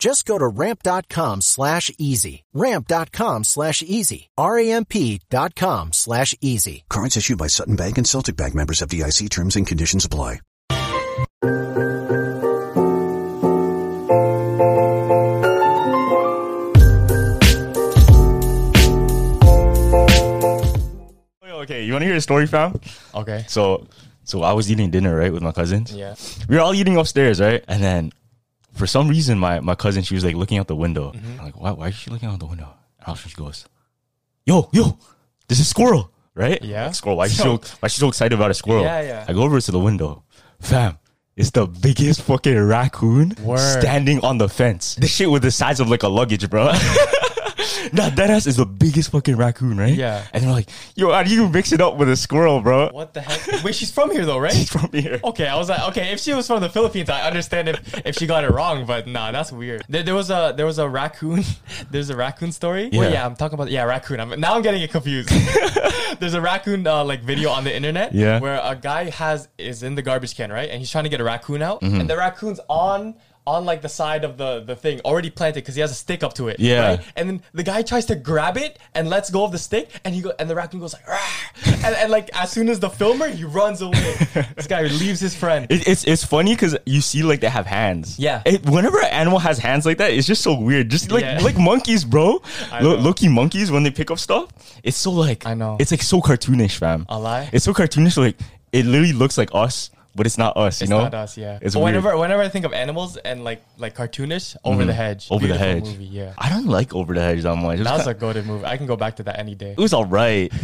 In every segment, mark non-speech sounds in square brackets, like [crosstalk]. Just go to ramp.com slash easy. Ramp.com slash easy. R-A-M-P dot com slash easy. Cards issued by Sutton Bank and Celtic Bank members of DIC terms and conditions apply. Oh, Okay, you want to hear a story, fam? Okay. So, so I was eating dinner right with my cousins. Yeah. we were all eating upstairs, right? And then, for some reason, my my cousin she was like looking out the window. Mm-hmm. I'm like, why? Why is she looking out the window? And all of a sudden she goes, "Yo, yo, this is squirrel, right? Yeah. Like, squirrel. Why is she so why is she so excited about a squirrel? Yeah, yeah. I go over to the window, fam. It's the biggest fucking raccoon Word. standing on the fence. This shit was the size of like a luggage, bro. [laughs] Nah, that ass is the biggest fucking raccoon, right? Yeah. And they're like, yo, how do you mix it up with a squirrel, bro? [laughs] What the heck? Wait, she's from here though, right? She's from here. Okay, I was like, okay, if she was from the Philippines, I understand if, if she got it wrong, but nah, that's weird. There, there was a there was a raccoon. [laughs] There's a raccoon story. Yeah, Yeah. yeah I'm talking about yeah raccoon. I'm, now I'm getting [laughs] it confused. There's a raccoon uh, like video on the internet. Yeah. where a guy has is in the garbage can right, and he's trying to get a raccoon out, Mm-hmm. and the raccoon's on. On like the side of the the thing already planted because he has a stick up to it. Yeah. right? and then the guy tries to grab it and lets go of the stick, and he go and the raccoon goes like, "Rah!" and, and like as soon as the filmer, he runs away. this guy leaves his friend. It, it's it's funny because you see like they have hands. Yeah. It, whenever an animal has hands like that, it's just so weird. Just like Yeah. like monkeys, bro. know. Lo- key monkeys when they pick up stuff, it's so like I know. It's like so cartoonish, fam. A lie? It's so cartoonish. Like it literally looks like us, but it's not us. You It's know? not us, yeah. It's But weird. Mm. whenever whenever I think of animals and like like cartoonish, Over the Hedge, over the Beautiful hedge. movie, yeah. I don't like over the hedge that much. It was That was kinda- a goaded movie. I can go back to that any day. it was all right.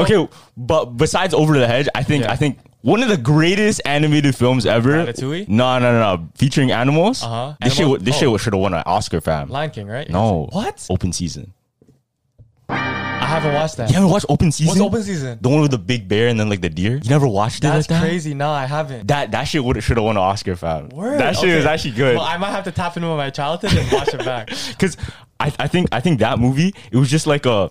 Okay, but besides Over the Hedge, I think Yeah. I think one of the greatest animated films ever. Ratatouille? No, no, no, no. Featuring animals. Uh-huh. This Animals? shit. This Oh. shit should have won an Oscar, fam. Lion King, right? no. Oh. What? Open season. I haven't watched that. You haven't watched Open Season? Open Season? The one with the big bear and then like the deer. You never watched it That's like that? crazy. No, I haven't. That that shit would should have won an Oscar, fam. Word. That shit is Okay. actually good. Well, I might have to tap into my childhood and watch [laughs] it back. because I, I think I think that movie it was just like a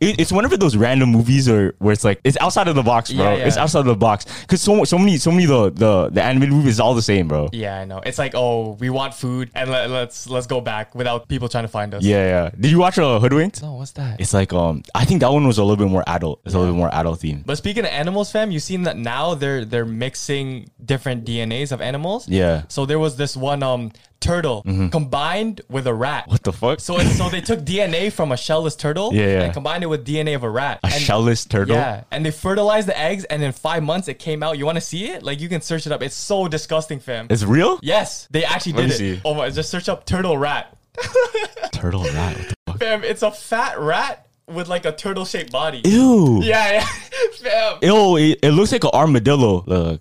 it, it's one of those random movies or where it's like it's outside of the box, bro. Yeah, yeah. It's outside of the box because so so many so many of the the the animated movies is all the same, bro. Yeah. Yeah, I know. It's like, oh, we want food, and let, let's let's go back without people trying to find us. yeah, Did you watch uh, Hoodwinked? No, Oh, what's that? It's like um, I think that one was a little bit more adult. It's a little bit more adult themed. But speaking of animals, fam, you seen that now they're they're mixing different DNAs of animals. Yeah. Mm-hmm. So there was this one um turtle combined with a rat. What the fuck? [laughs] So it's, so they took DNA from a shellless turtle. Yeah, yeah. And combined it with DNA of a rat. a and, shellless turtle. Yeah, and they fertilized the eggs, and in five months it came out. You want to see it? Like you can search it up. It's so disgusting, fam. It's [laughs] real. yes, they actually Let did me it. see. Oh my! Just search up turtle rat, Turtle rat. What the fuck? fam. It's a fat rat with like a turtle shaped body. Ew. Yeah, [laughs] yeah, fam. Ew. It, it looks like an armadillo. Look.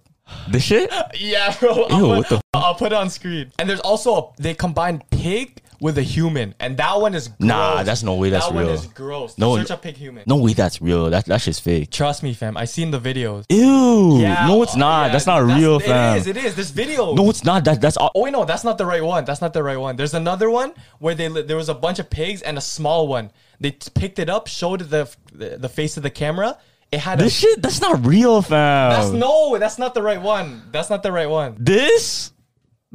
This shit. Yeah, bro. I'll, Ew, put, what the I'll put it on screen. And there's also a, they combine pig with a human, and that one is gross. Nah, that's no way that's that real. one is gross. No, search a pig human. No way. That's real. That that shit's fake. Trust me, fam. I seen the videos. Ew. Yeah, oh, no, it's not. yeah, that's not real, fam. It is. It is. There's video. no, it's not. That that's all. Oh wait, no, that's not the right one. That's not the right one. There's another one where they li- there was a bunch of pigs and a small one. They t- picked it up, showed the the the face of the camera. It had This a. shit, um, that's not real, fam. That's no. That's not the right one. That's not the right one. this.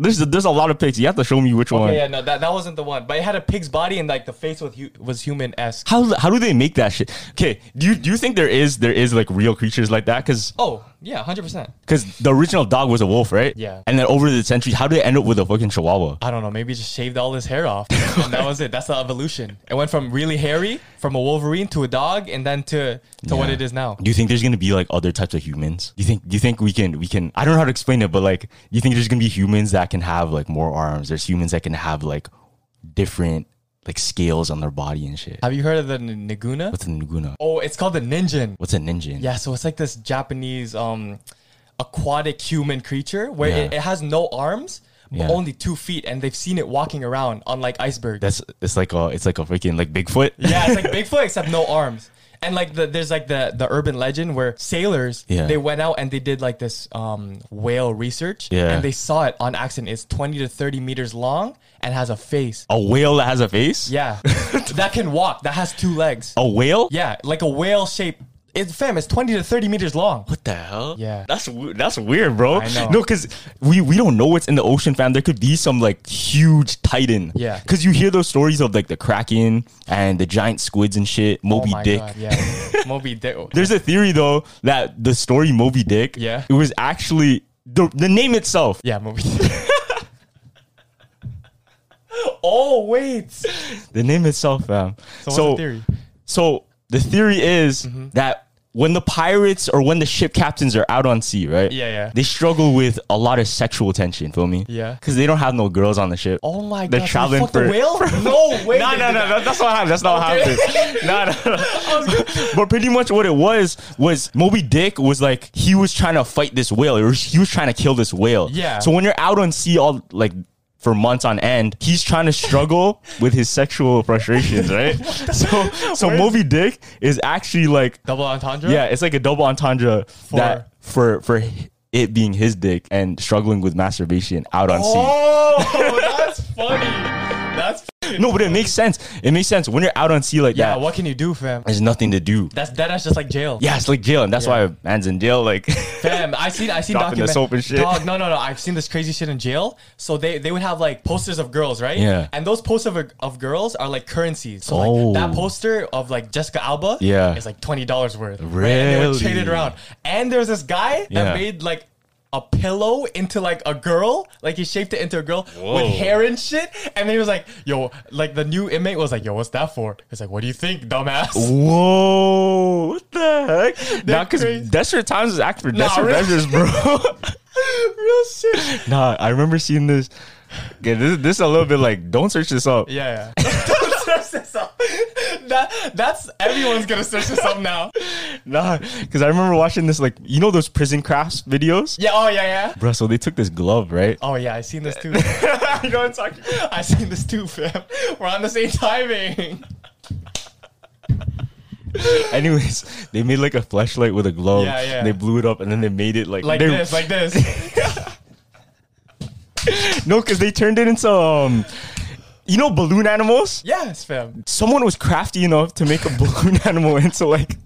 There's there's a lot of pics. You have to show me which one. Okay, yeah, no, that, that wasn't the one. But it had a pig's body and like the face was hu- was human esque. How how do they make that shit? Okay, do you do you think there is there is like real creatures like that? Because Oh yeah, hundred percent. the original dog was a wolf, right? Yeah. And then over the centuries, how do they end up with a fucking chihuahua? I don't know. Maybe just shaved all his hair off, and that was it. That's the evolution. It went from really hairy, from a wolverine to a dog, and then to to what Yeah. it is now. Do you think there's gonna be like other types of humans? Do you think do you think we can we can I don't know how to explain it, but like do you think there's gonna be humans that can have like more arms? There's humans that can have like different like scales on their body and shit. Have you heard of the n- Naguna? What's a Naguna? Oh, it's called the Ninjin. What's a ninja? Yeah, so it's like this Japanese um aquatic human creature where it, Yeah. it has no arms but Yeah. only two feet, and they've seen it walking around on like icebergs. That's it's like a it's like a freaking like Bigfoot. yeah, it's like Bigfoot except no arms. And like the, there's like the the urban legend where sailors Yeah. they went out and they did like this um whale research Yeah. and they saw it on accident. It's 20 to 30 meters long and has a face. A whale that has a face? [laughs] Yeah. that can walk. That has two legs. A whale? Yeah, like a whale shape. It's fam, it's 20 to 30 meters long. What the hell? Yeah. that's we- that's weird, bro. I know. No, because we we don't know what's in the ocean, fam. There could be some like huge titan. Yeah. because you hear those stories of like the kraken and the giant squids and shit. Oh Moby Dick. [laughs] yeah. Moby Dick. There's a theory though that the story Moby Dick. Yeah. it was actually the the name itself. yeah, Moby Dick. [laughs] oh, wait. So, The name itself, fam. So, what's the theory? So the theory is Mm-hmm. that when the pirates or when the ship captains are out on sea, right? Yeah, yeah. They struggle with a lot of sexual tension. Feel me? Yeah. Because they don't have no girls on the ship. Oh my god. They're traveling fuck the for- whale? [laughs] No way. No, no, they did no, that. no. That's not happened. That's not how Okay. it [laughs] happened. No, no, no. But pretty much what it was was Moby Dick was like he was trying to fight this whale. Or he was trying to kill this whale. Yeah. So when you're out on sea all like for months on end, he's trying to struggle [laughs] with his sexual frustrations, right? [laughs] so so Moby Dick is actually like Double entendre? yeah, it's like a double entendre that for for it being his dick and struggling with masturbation out on sea. [laughs] Oh, that's funny. That's funny. No, but it makes sense. It makes sense when you're out on sea like Yeah, that. what can you do, fam? There's nothing to do. That's that. That's just like jail. Yeah, it's like jail, and that's why man's in jail. Like, [laughs] Fam, I seen I seen Dropping the document- soap and shit. Dog, no, no, no. I've seen this crazy shit in jail. So they they would have like posters of girls, right? Yeah. And those posters of, of girls are like currencies. So Oh. like that poster of like Jessica Alba, Yeah. is like twenty dollars worth. Right? And they would trade it Really? around. And there's this guy that Yeah. made like. A pillow into like a girl, like he shaped it into a girl with hair and shit, and then he was like, "Yo," like the new inmate was like, "Yo, what's that for?" He's like, "What do you think, dumbass?" whoa, what the heck? Nah, because crazy. Desperate Times is act for Nah, desperate really? measures, bro. [laughs] Real shit. [laughs] nah, I remember seeing this. Okay, this, this is a little bit like, don't search this up. Yeah. yeah. [laughs] Don't search this up. That, that's everyone's gonna search this up now. Nah, because I remember watching this, like, you know those prison crafts videos? Yeah. Oh yeah. Yeah. Bro, so they took this glove, right? Oh yeah. I seen this [laughs] too. you know what I'm talking. I seen this too, fam. We're on the same timing. Anyways, they made like a flashlight with a glove. Yeah, yeah. They blew it up and then they made it like, Like they- this. Like this. No, because they turned it into, um, you know, balloon animals? Yes, fam. someone was crafty enough to make a [laughs] balloon animal into like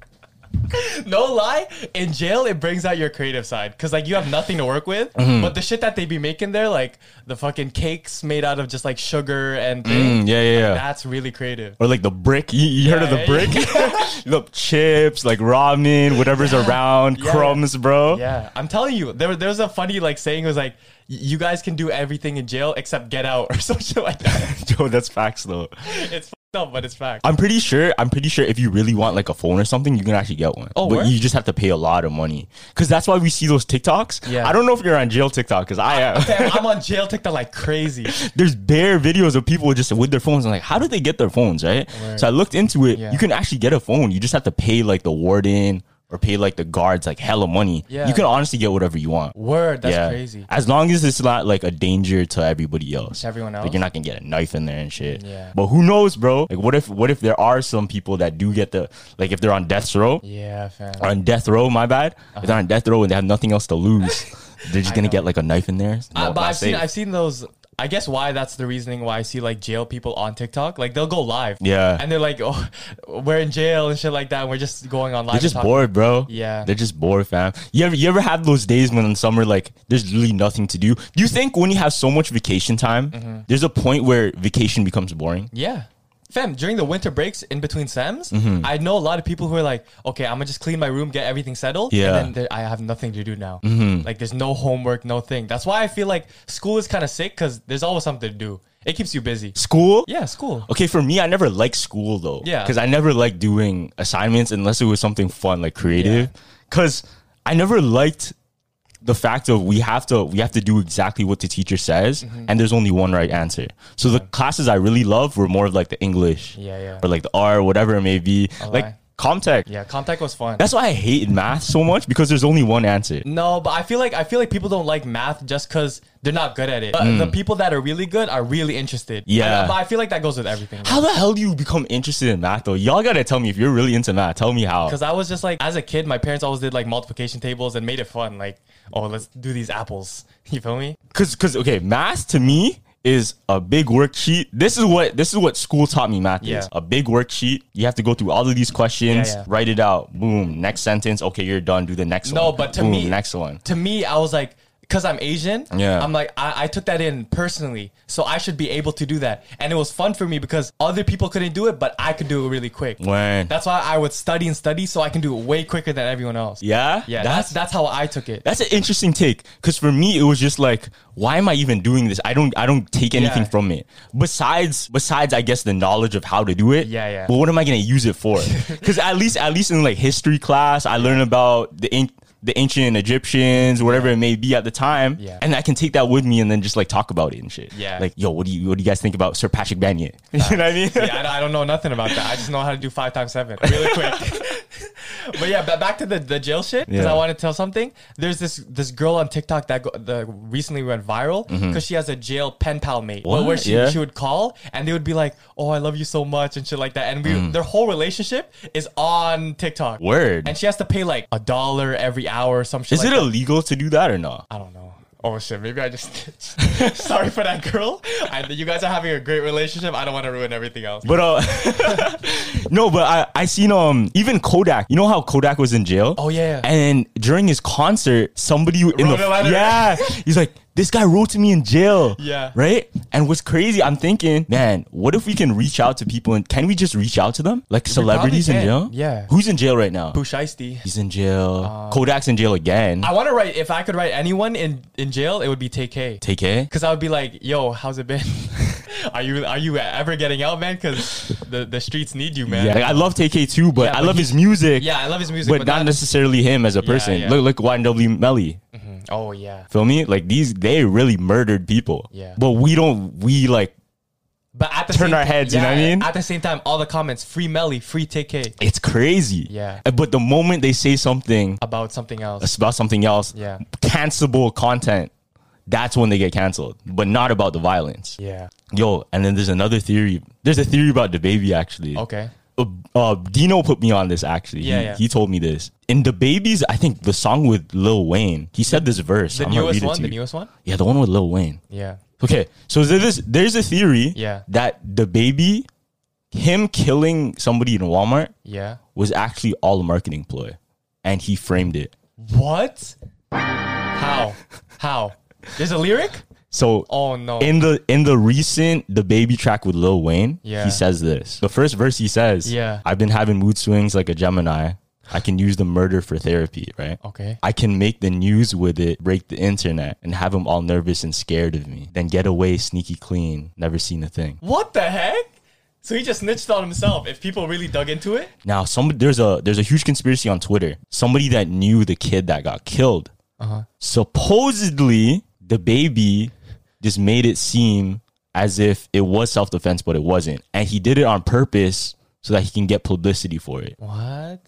No lie. In jail, it brings out your creative side because like you have nothing to work with. But the shit that they be making there, like the fucking cakes made out of just like sugar and things, Mm, yeah yeah yeah that's really creative. or like the brick you, you heard of the Yeah, brick [laughs] look chips like ramen whatever's around Yeah. crumbs bro Yeah, I'm telling you, there, there was a funny like saying it was like, "Y- you guys can do everything in jail except get out [laughs] or something like that. [laughs] yo that's facts though it's fucked up, but it's fact. i'm pretty sure i'm pretty sure if you really want like a phone or something you can actually get one Oh, but word? you just have to pay a lot of money because that's why we see those tiktoks Yeah. i don't know if you're on jail tiktok because i [laughs] am Fam, I'm on jail TikTok like crazy. there's bare videos of people just with their phones. I'm like, how did they get their phones, right? So I looked into it. Yeah. You can actually get a phone. You just have to pay like the warden or pay like the guards like hella money. Yeah. You can honestly get whatever you want. Word, that's yeah. crazy. As long as it's not like a danger to everybody else. To everyone Like else? you're not gonna get a knife in there and shit. Yeah. But who knows, bro? Like what if what if there are some people that do get the like if they're on death row Yeah, Uh-huh. fam. Uh, or on death row, my bad. If they're on [laughs] death row and they have nothing else to lose, they're just gonna get like a knife in there. Uh, No, but not I've seen, safe. I've seen those. I guess why that's the reasoning why I see like jail people on TikTok. Like they'll go live. Yeah. And they're like, oh, we're in jail and shit like that. And we're just going on live. They're and just talking. bored, bro. Yeah. They're just bored, fam. You ever you ever have those days when in summer like there's really nothing to do? Do you think when you have so much vacation time, there's a point where vacation becomes boring? Yeah. Fam, during the winter breaks in between SAMs, Mm-hmm. I know a lot of people who are like, okay, I'm gonna just clean my room, get everything settled. Yeah. Mm-hmm. And then there- I have nothing to do now. Like, there's no homework, no thing. That's why I feel like school is kind of sick because there's always something to do. It keeps you busy. School? Yeah, school. Okay, for me, I never liked school though. Yeah. Because I never liked doing assignments unless it was something fun, like creative. Because I never liked the fact of we have to we have to do exactly what the teacher says, Mm-hmm. and there's only one right answer. So the classes I really loved were more of like the English, Yeah, yeah. or like the R, whatever it may be, lie. like Comtech. Yeah, contact was fun. That's why I hate math so much because there's only one answer. no, but I feel like I feel like people don't like math just because they're not good at it. But The people that are really good are really interested. Mm. Yeah. And- uh, but I feel like that goes with everything. How the hell do you become interested in math though? Y'all gotta tell me if you're really into math. Tell me how. Because I was just like, as a kid, my parents always did like multiplication tables and made it fun. Like, oh, let's do these apples. [laughs] You feel me? Cause, cause, okay, math to me is a big worksheet. This is what this is what school taught me math Yeah. is a big worksheet. You have to go through all of these questions, Yeah, yeah. write it out. Boom, next sentence. Okay, you're done. Do the next No, one. but to Boom, me- next one. To me, I was like, because I'm Asian, Yeah. I'm like, I, I took that in personally. So I should be able to do that. And it was fun for me because other people couldn't do it, but I could do it really quick. When? That's why I would study and study so I can do it way quicker than everyone else. Yeah? Yeah. That's- That's, that's how I took it. That's an interesting take. Cause for me, it was just like, why am I even doing this? I don't I don't take anything Yeah. from it. Besides besides I guess the knowledge of how to do it. Yeah, yeah. But what am I gonna use it [laughs] for? Cause at least at least in like history class, I learned about the an- the ancient Egyptians, whatever it may be at the time. Yeah. And I can take that with me and then just like talk about it and shit. Yeah. Like, yo, what do you what do you guys think about Sir Patrick Banyet? [laughs] you know what I mean? yeah, I, I don't know nothing about that. I just know how to do five times seven really quick. [laughs] but yeah, ba- back to the, the jail shit because Yeah. I want to tell something. There's this this girl on TikTok that go, the recently went viral because she has a jail pen pal mate Mm-hmm. What? where she, Yeah. she would call and they would be like, "Oh, I love you so much" and shit like that. And we their whole relationship is on TikTok. [laughs] Mm. Word. And she has to pay like a dollar every hour or some shit. Is like it that. illegal to do that or not? I don't know. Oh shit, maybe [laughs] I just [laughs] sorry for that girl. I, you guys are having a great relationship. I don't want to ruin everything else. But uh, [laughs] no, but I I seen um even Kodak. You know how Kodak was in jail? Oh, yeah. And during his concert, somebody in Wrote the a letter. yeah, he's like, this guy wrote to me in jail. Yeah. Right. And what's crazy? I'm thinking, man, what if we can reach out to people and can we just reach out to them like celebrities in can, jail? yeah. Who's in jail right now? Pooh Shiesty. He's in jail. Kodak's in jail again. I want to write. If I could write anyone in in jail, it would be TK. Take care. Because I would be like, "Yo, how's it been? [laughs] are you are you ever getting out, man? Because the the streets need you, man." Yeah, like, I love TK too, but Yeah, I but love he- his music. Yeah, I love his music, but, but not that- necessarily him as a person. yeah. Look, look, YNW Melly. Oh yeah. Feel me? Like these, they really murdered people. Yeah. But we don't. We like But at the Turn same- our heads, you know what I yeah, mean? At the same time, all the comments, free Melly, free TK it's crazy. Yeah. Uh, But the moment they say something about something else. that's about something else, Yeah. cancelable content, that's when they get canceled. But not about the violence. Yeah. Yo, and then there's another theory. There's a theory about the baby actually. Okay. Uh, uh, Dino put me on this actually. Yeah, he, yeah. he told me this in the babies. I think the song with Lil Wayne. He said this verse. The I'm gonna newest read it one. to The you. newest one. Yeah, the one with Lil Wayne. Yeah. Okay, so there's there's a theory Yeah. that the baby, him killing somebody in Walmart Yeah. was actually all a marketing ploy, and he framed it. What? How? How? There's a lyric. So Oh no. in the in the recent the baby track with Lil Wayne, Yeah. he says this. The first verse he says, Yeah. I've been having mood swings like a Gemini. I can use the murder for therapy, right? Okay. I can make the news with it, break the internet, and have them all nervous and scared of me. Then get away sneaky clean, never seen a thing. What the heck? So he just snitched on himself. If people really dug into it. Now, some there's a there's a huge conspiracy on Twitter. Somebody that knew the kid that got killed, Uh-huh. supposedly the baby just made it seem as if it was self defense, but it wasn't, and he did it on purpose so that he can get publicity for it. What?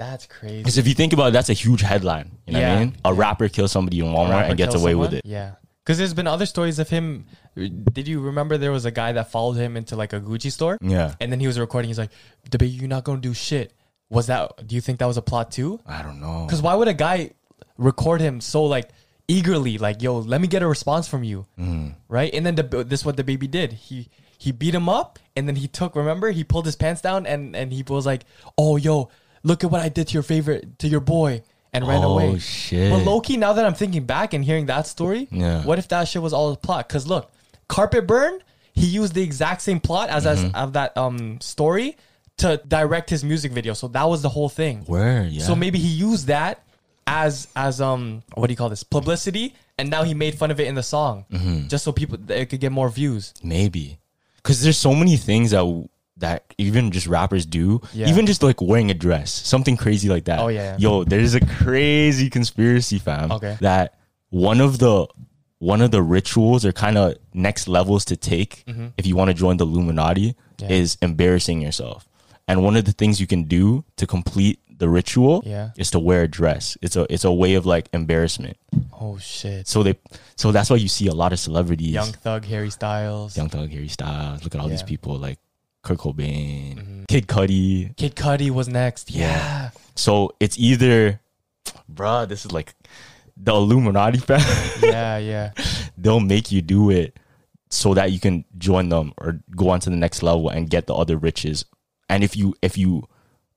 That's crazy. Because if you think about it, that's a huge headline. You know what Yeah. I mean? A rapper kills somebody in Walmart and gets away with it. Yeah. Because there's been other stories of him. Did you remember there was a guy that followed him into like a Gucci store? Yeah. And then he was recording. He's like, "Debate, you're not gonna do shit." Was that? Do you think that was a plot too? I don't know. Because why would a guy record him so like eagerly, like, yo, let me get a response from you. Mm-hmm. Right? And then the, this is what the baby did. He he beat him up and then he took, remember, he pulled his pants down and, and he was like, oh, yo, look at what I did to your favorite, to your boy. And ran Oh, away. shit. But Loki, now that I'm thinking back and hearing that story, Yeah. what if that shit was all a plot? Because look, Carpet Burn, he used the exact same plot as, Mm-hmm. as of that um story to direct his music video. So that was the whole thing. Where? Yeah. So maybe he used that as as um what do you call this publicity, and now he made fun of it in the song Mm-hmm. just so people it could get more views. Maybe. Because there's so many things that that even just rappers do. Yeah. Even just like wearing a dress, something crazy like that. Oh, yeah, yeah. Yo, there's a crazy conspiracy, fam. Okay. That one of the one of the rituals or kind of next levels to take Mm-hmm. if you want to join the Illuminati is embarrassing yourself. And one of the things you can do to complete the ritual Yeah. is to wear a dress. It's a it's a way of like embarrassment. Oh shit! So they so that's why you see a lot of celebrities Young Thug, Harry Styles, Young Thug, Harry Styles. Look at all these Yeah. Mm-hmm. people like Kurt Cobain, Kid Cudi. Kid Cudi was next. Yeah. So it's either, bruh, this is like the Illuminati [laughs] fam. [laughs] Yeah, yeah. They'll make you do it so that you can join them or go on to the next level and get the other riches. And if you if you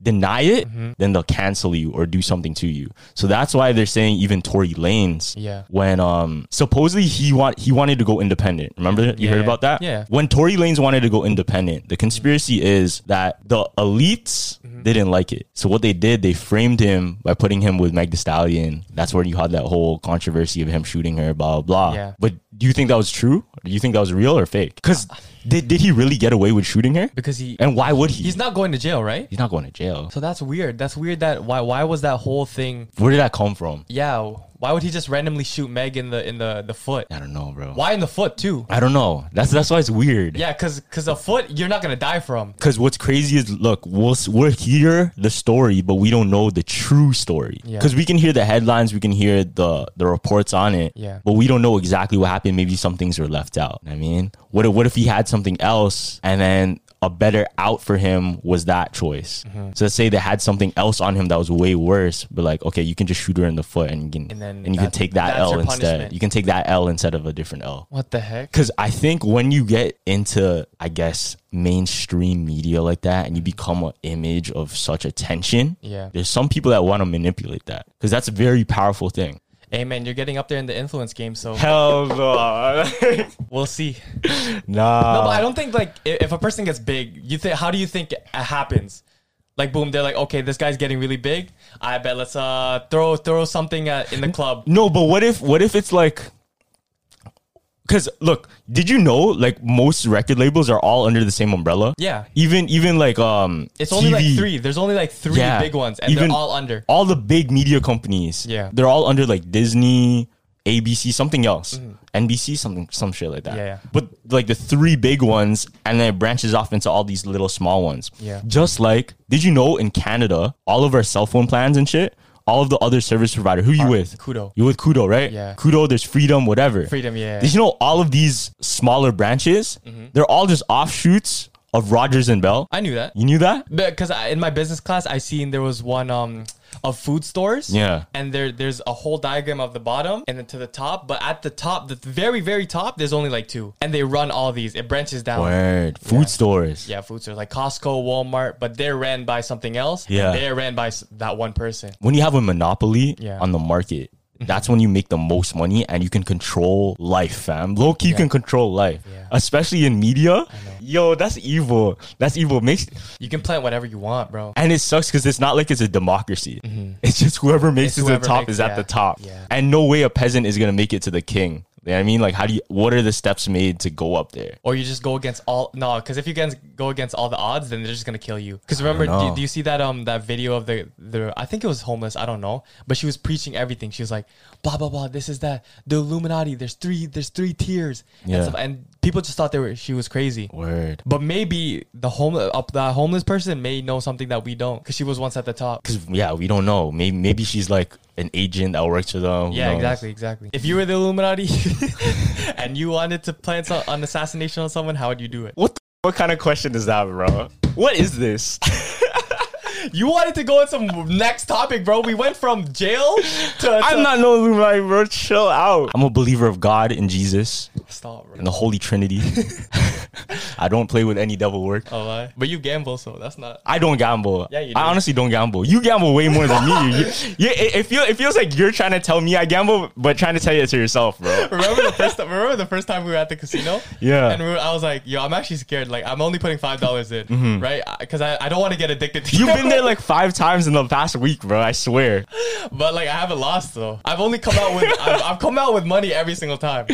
deny it, Mm-hmm. then they'll cancel you or do something to you. So that's why they're saying even Tory Lanez, Yeah. when um supposedly he want he wanted to go independent. Remember you Yeah, heard yeah. about that? Yeah. When Tory Lanez wanted to go independent, the conspiracy is that the elites Mm-hmm. they didn't like it. So what they did, they framed him by putting him with Meg Thee Stallion. That's where you had that whole controversy of him shooting her, blah blah blah. Yeah. But do you think that was true? Do you think that was real or fake? Because did, did he really get away with shooting her? Because he and why would he? he's not going to jail, right? He's not going to jail. So that's weird. That's weird. That why why was that whole thing? Where did that come from? Yeah. Why would he just randomly shoot Meg in the in the the foot? I don't know, bro. Why in the foot too? I don't know. That's that's why it's weird. Yeah, cause cause a foot you're not gonna die from. Because what's crazy is, look, we'll, we'll hear the story, but we don't know the true story. Yeah. Because we can hear the headlines, we can hear the the reports on it, Yeah. but we don't know exactly what happened. Maybe some things were left out. I mean, what if, what if he had something else and then a better out for him was that choice? Mm-hmm. So let's say they had something else on him that was way worse, but like, okay, you can just shoot her in the foot and you can, And and then you can that- take that that's L your instead. punishment. You can take that L instead of a different L. What the heck? Because I think when you get into, I guess, mainstream media like that and you become an image of such attention, Yeah. there's some people that want to manipulate that because that's a very powerful thing. Hey man, you're getting up there in the influence game, so Hell no. [laughs] we'll see. nah. No, but I don't think like i- if a person gets big, you think how do you think it happens? Like boom, they're like, okay, this guy's getting really big. I bet let's uh throw throw something at, in the club. No, but what if, what if it's like, because look, did you know like most record labels are all under the same umbrella? Yeah. Even, even like, um, It's only like TV. three. There's only like three big ones, and they're all under. all the big media companies. Yeah. they're all under like Disney, ABC, something else, NBC, something, some shit like that. Mm-hmm. Yeah, yeah. But like the three big ones, and then it branches off into all these little small ones. Yeah. just like did you know in Canada, all of our cell phone plans and shit. All of the other service provider, who you with? Kudo. You with Kudo, right? Yeah. Kudo, there's Freedom, whatever. Freedom, yeah. Mm-hmm. Did you know all of these smaller branches? They're all just offshoots of Rogers and Bell. I knew that you knew that? because I, in my business class, I seen there was one um of food stores. Yeah. and there there's a whole diagram of the bottom and then to the top, but at the top, the very very top, there's only like two, and they run all these. It branches down. Word. Food stores. Oh. Yeah, food stores like Costco, Walmart, but they're ran by something else. and Yeah. they're ran by s- that one person. when you have a monopoly Yeah. Mm-hmm. on the market, that's when you make the most money and you can control life, fam. Low key, you can control life, especially in media. Yo, that's evil. That's evil. Makes You can plant whatever you want, bro. and it sucks because it's not like it's a democracy. It's just whoever makes Mm-hmm. It's it to whoever the top makes- is yeah, at the top, yeah. and no way a peasant is gonna make it to the king. You know what I mean, like, how do you? What are the steps made to go up there? Or you just go against all no, because if you guys go against all the odds, then they're just gonna kill you. Because remember, do, do you see that um that video of the the I think it was homeless, I don't know, but she was preaching everything. She was like, blah blah blah, this is that the Illuminati. There's three there's three tiers, Yeah. and, stuff, and people just thought they were she was crazy. Word. But maybe the home uh, that homeless person may know something that we don't, because she was once at the top. Because yeah, we don't know. Maybe maybe she's like an agent that works for them. Who Yeah, knows? exactly, exactly. If you were the Illuminati [laughs] and you wanted to plan so- an assassination on someone, how would you do it? What the, what kind of question is that, bro? What is this? You wanted to go on some next topic, bro. We went from jail to. to I'm not no Illuminati, bro. Chill out. I'm a believer of God and Jesus Stop, bro. and the Holy [laughs] Trinity. I don't play with any devil work. Oh, I- But you gamble, so that's not. I don't gamble. Yeah, you do. I honestly don't gamble. You gamble way more than [laughs] me. You, you, it, it, feel, it feels like you're trying to tell me I gamble, but trying to tell you to yourself, bro. Remember the first time? Remember the first time we were at the casino? Yeah. And we were, I was like, "Yo, I'm actually scared. Like, I'm only putting five dollars in, right? Because I, I don't want to get addicted to. Mm-hmm. You've been there like five times in the past week, bro. I swear. [laughs] But like I haven't lost though. I've only come out [laughs] with I've, I've come out with money every single time.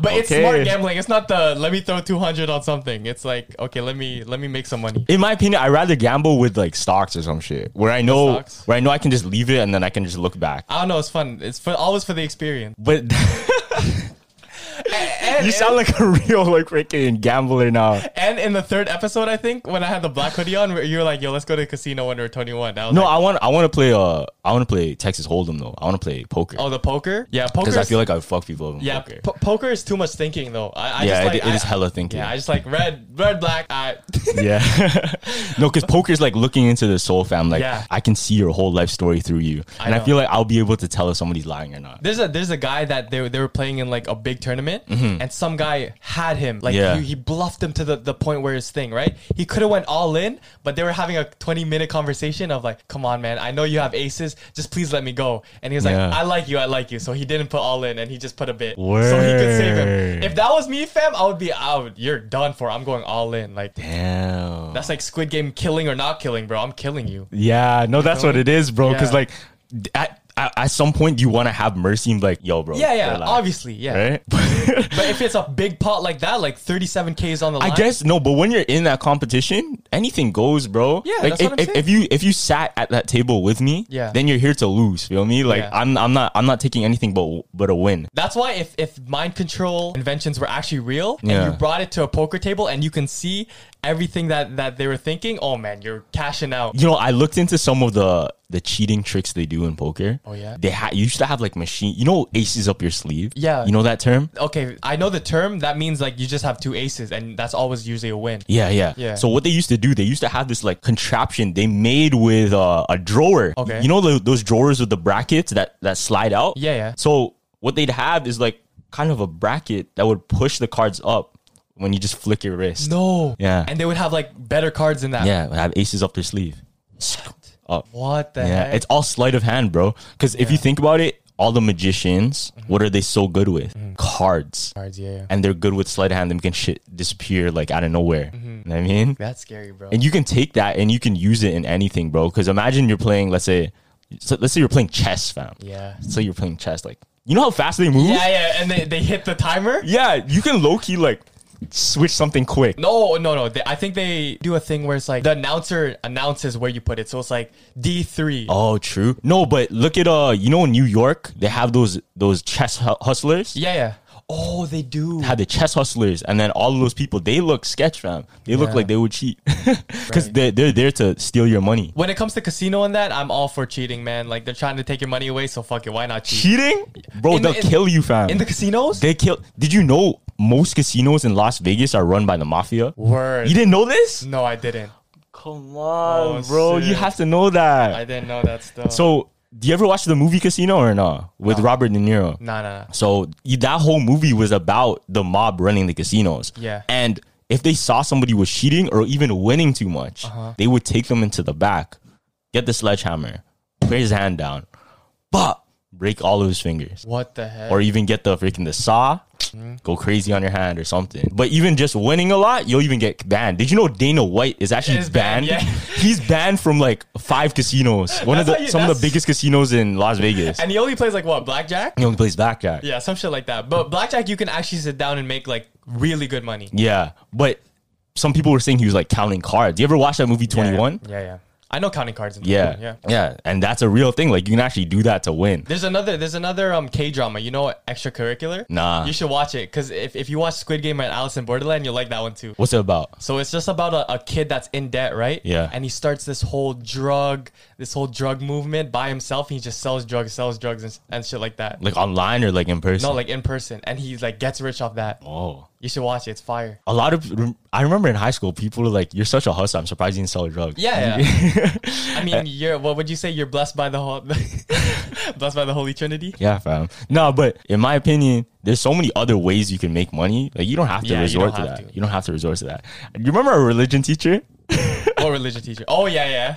But it's Okay. smart gambling. It's not the let me throw two hundred on something. It's like okay, let me let me make some money. In my opinion, I rather gamble with like stocks or some shit where I know Stocks? where I know I can just leave it and then I can just look back. I don't know. It's fun. It's for always for the experience. But [laughs] And, you sound like a real like freaking gambler now. and in the third episode, I think when I had the black hoodie on, where you were like, "Yo, let's go to the casino when we're 21." I was No, like, I want I want to play uh I want to play Texas Hold'em though. I want to play poker "Oh, the poker? Yeah, because poker." I feel like I would fuck people. Up in yeah, poker. po- poker is too much thinking though. I, I Yeah, just it- like, it I- is hella thinking. Yeah, I just like red, red, black. I, [laughs] Yeah. no, because poker's like looking into the soul, fam. Like, Yeah. I can see your whole life story through you. I and I know. feel like I'll be able to tell if somebody's lying or not. There's a there's a guy that they, were- they were playing in like a big tournament, and some guy had him. Like Mm-hmm. Yeah. he, he bluffed him to the, the point where his thing right. He could have went all in, but they were having a 20 minute conversation of like, "Come on, man, I know you have aces. Just please let me go." And he was like, Yeah. "I like you, I like you." So he didn't put all in, and he just put a bit so he could save him. Word. If that was me, fam, I would be out. You're done for. I'm going all in. Like Damn. that's like Squid Game killing or not killing, bro. I'm killing you. Yeah, no, that's what it is, bro. Because, Yeah. like, at, at, at some point, you want to have mercy and be like, yo, bro. Yeah, yeah, relax. obviously, yeah. Right? [laughs] But if it's a big pot like that, like 37k is on the line. I guess no, but when you're in that competition, anything goes, bro. Yeah, like that's if, what I'm if, saying. if you if you sat at that table with me, Yeah. then you're here to lose. Feel me? Like Yeah. I'm I'm not I'm not taking anything but but a win. That's why if, if mind control inventions were actually real Yeah. and you brought it to a poker table and you can see everything that, that they were thinking, oh man, you're cashing out. you know, I looked into some of the the cheating tricks they do in poker. Oh, yeah? they ha- you used to have like machine. You know, aces up your sleeve. Yeah. you know that term. Okay, I know the term. That means like you just have two aces and that's always usually a win. Yeah, yeah, Yeah. So what they used to do, they used to have this like contraption they made with uh, a drawer. Okay. you know tho- those drawers with the brackets that that slide out. Yeah, yeah. So what they'd have is like kind of a bracket that would push the cards up when you just flick your wrist. No. Yeah. And they would have like better cards than that. Yeah, have aces up their sleeve. Up. What the Yeah, heck? it's all sleight of hand, bro. Because if you think about it, all the magicians, what are they so good with? Cards. Mm-hmm. cards, yeah, yeah. And they're good with sleight of hand. They can shit disappear like out of nowhere. Mm-hmm. You know what I mean? That's scary, bro. And you can take that and you can use it in anything, bro. Because imagine you're playing, let's say, so let's say you're playing chess, fam. Yeah. So you're playing chess, like you know how fast they move. yeah, yeah. And they, they hit the timer? Yeah, you can low key like switch something quick. No, no, no. They, I think they do a thing where it's like the announcer announces where you put it. So it's like D3. Oh, true. No, but look at uh, you know, in New York, they have those those chess hu- hustlers. Yeah, yeah. Oh, they do. had the chess hustlers and then all of those people they look sketch fam they look Yeah. like they would cheat [laughs] because they're, they're there to steal your money When it comes to casino and that, I'm all for cheating, man. Like they're trying to take your money away, so fuck it. Why not cheat? cheating bro In the- they'll in- kill you fam In the casinos? they kill did you know most casinos in las vegas are run by the mafia Word. you didn't know this no, I didn't. come on Oh, bro you shit. have to know that I didn't know that stuff. so do you ever watch the movie casino or not with robert de niro nah, nah, nah. So y- that whole movie was about the mob running the casinos. Yeah. And if they saw somebody was cheating or even winning too much, Uh-huh. they would take them into the back, get the sledgehammer, put his hand down, but break all of his fingers. What the heck? Or even get the freaking the saw, Mm-hmm. go crazy on your hand or something. But even just winning a lot, you'll even get banned. Did you know Dana White is actually Is banned? banned, yeah. [laughs] He's banned from like five [laughs] casinos. One of That's the how you- some of the that's- biggest casinos in Las Vegas. and he only plays like what blackjack? he only plays blackjack. Yeah, some shit like that. But blackjack, you can actually sit down and make like really good money. Yeah, but some people were saying he was like counting cards. You ever watch that movie Twenty One? Yeah, yeah. I know counting cards. In Yeah. yeah. and that's a real thing. Like you can actually do that to win. There's another there's another um K drama. You know extracurricular? Nah. You should watch it because if, if you watch Squid Game and Alice in Borderland, you'll like that one too. What's it about? So it's just about a, a kid that's in debt, right? Yeah. And he starts this whole drug, this whole drug movement by himself. He just sells drugs, sells drugs, and, and shit like that. Like online or like in person? no, like in person, and he like gets rich off that. oh, You should watch it. It's fire. A lot of I remember in high school, people were like, "You're such a hustler." I'm surprised you didn't sell drugs. Yeah, yeah. [laughs] I mean, you're what would you say? You're blessed by the whole, [laughs] blessed by the Holy Trinity. Yeah, fam. No, but in my opinion, there's so many other ways you can make money. Like you don't have to Yeah, you resort to don't have that. to. You don't have to resort to that. You remember our religion teacher? Or religion teacher. Oh yeah, yeah.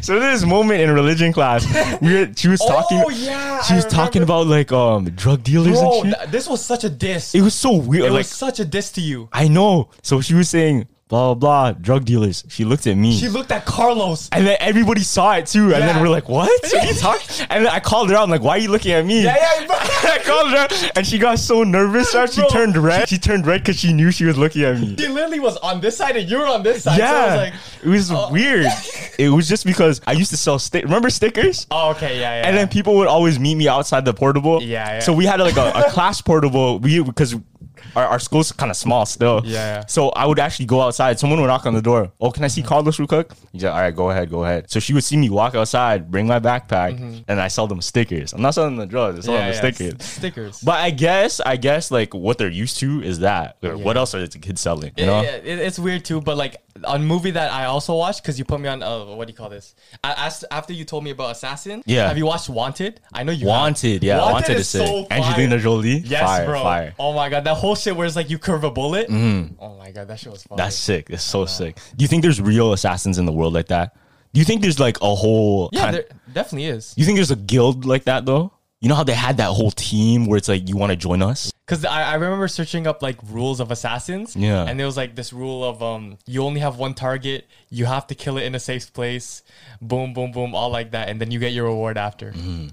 So there's this moment in religion [laughs] class, we were, she was talking. Oh, yeah, she I was talking about like um drug dealers Bro, and shit. th- this was such a diss. it It was so weird. was like such a diss [laughs] to you. I know. So she was saying blah blah blah drug dealers. She looked at me. She looked at Carlos. and then everybody saw it too. And then Yeah. we're like, [laughs] what? What are you talking? And then I called her out. I'm like, why are you looking at me? Yeah, yeah, bro. [laughs] I called her out, and she got so nervous. Right? She Bro. turned red. She turned red because she knew she was looking at me. She literally was on this side and you were on this side. So I Yeah, was like, uh. it was weird. it was just because I used to sell stick. Remember stickers? oh, okay, yeah, yeah. And then people would always meet me outside the portable. Yeah, yeah. So we had like a, a class portable. We because our, our school's kind of small still. Yeah, Mm-hmm. yeah. So I would actually go outside. Someone would knock on the door. Oh, can I see Carlos real quick? He's like, all right, go ahead, go ahead. So she would see me walk outside, bring my backpack, and I sell them stickers. I'm not selling the drugs. I sell them Mm-hmm. yeah, yeah, the s- stickers. Stickers. But I guess, I guess, like what they're used to is that. Like, What else are the kids selling? You know? Yeah, yeah, it- it's weird too, but like a movie that I also watched because you put me on. Uh, what do you call this? I, asked after you told me about Assassin. Yeah. Have you watched Wanted? I know you have. Wanted, yeah, Wanted, is, sick. so fire. Angelina Jolie, Yes, fire, bro. fire. Mm-hmm. Oh my god, that whole shit where it's like you curve a bullet. Oh my god, that shit was fun. That's sick. That's so sick. Do you think there's real assassins in the world like that? Do you think there's like a whole? yeah, kind- there definitely is. you think there's a guild like that though? You know how they had that whole team where it's like you want to join us? Cause I, I remember searching up like rules of assassins. Yeah. And there was like this rule of um you only have one target, you have to kill it in a safe place, boom, boom, boom, all like that, and then you get your reward after. Mm-hmm.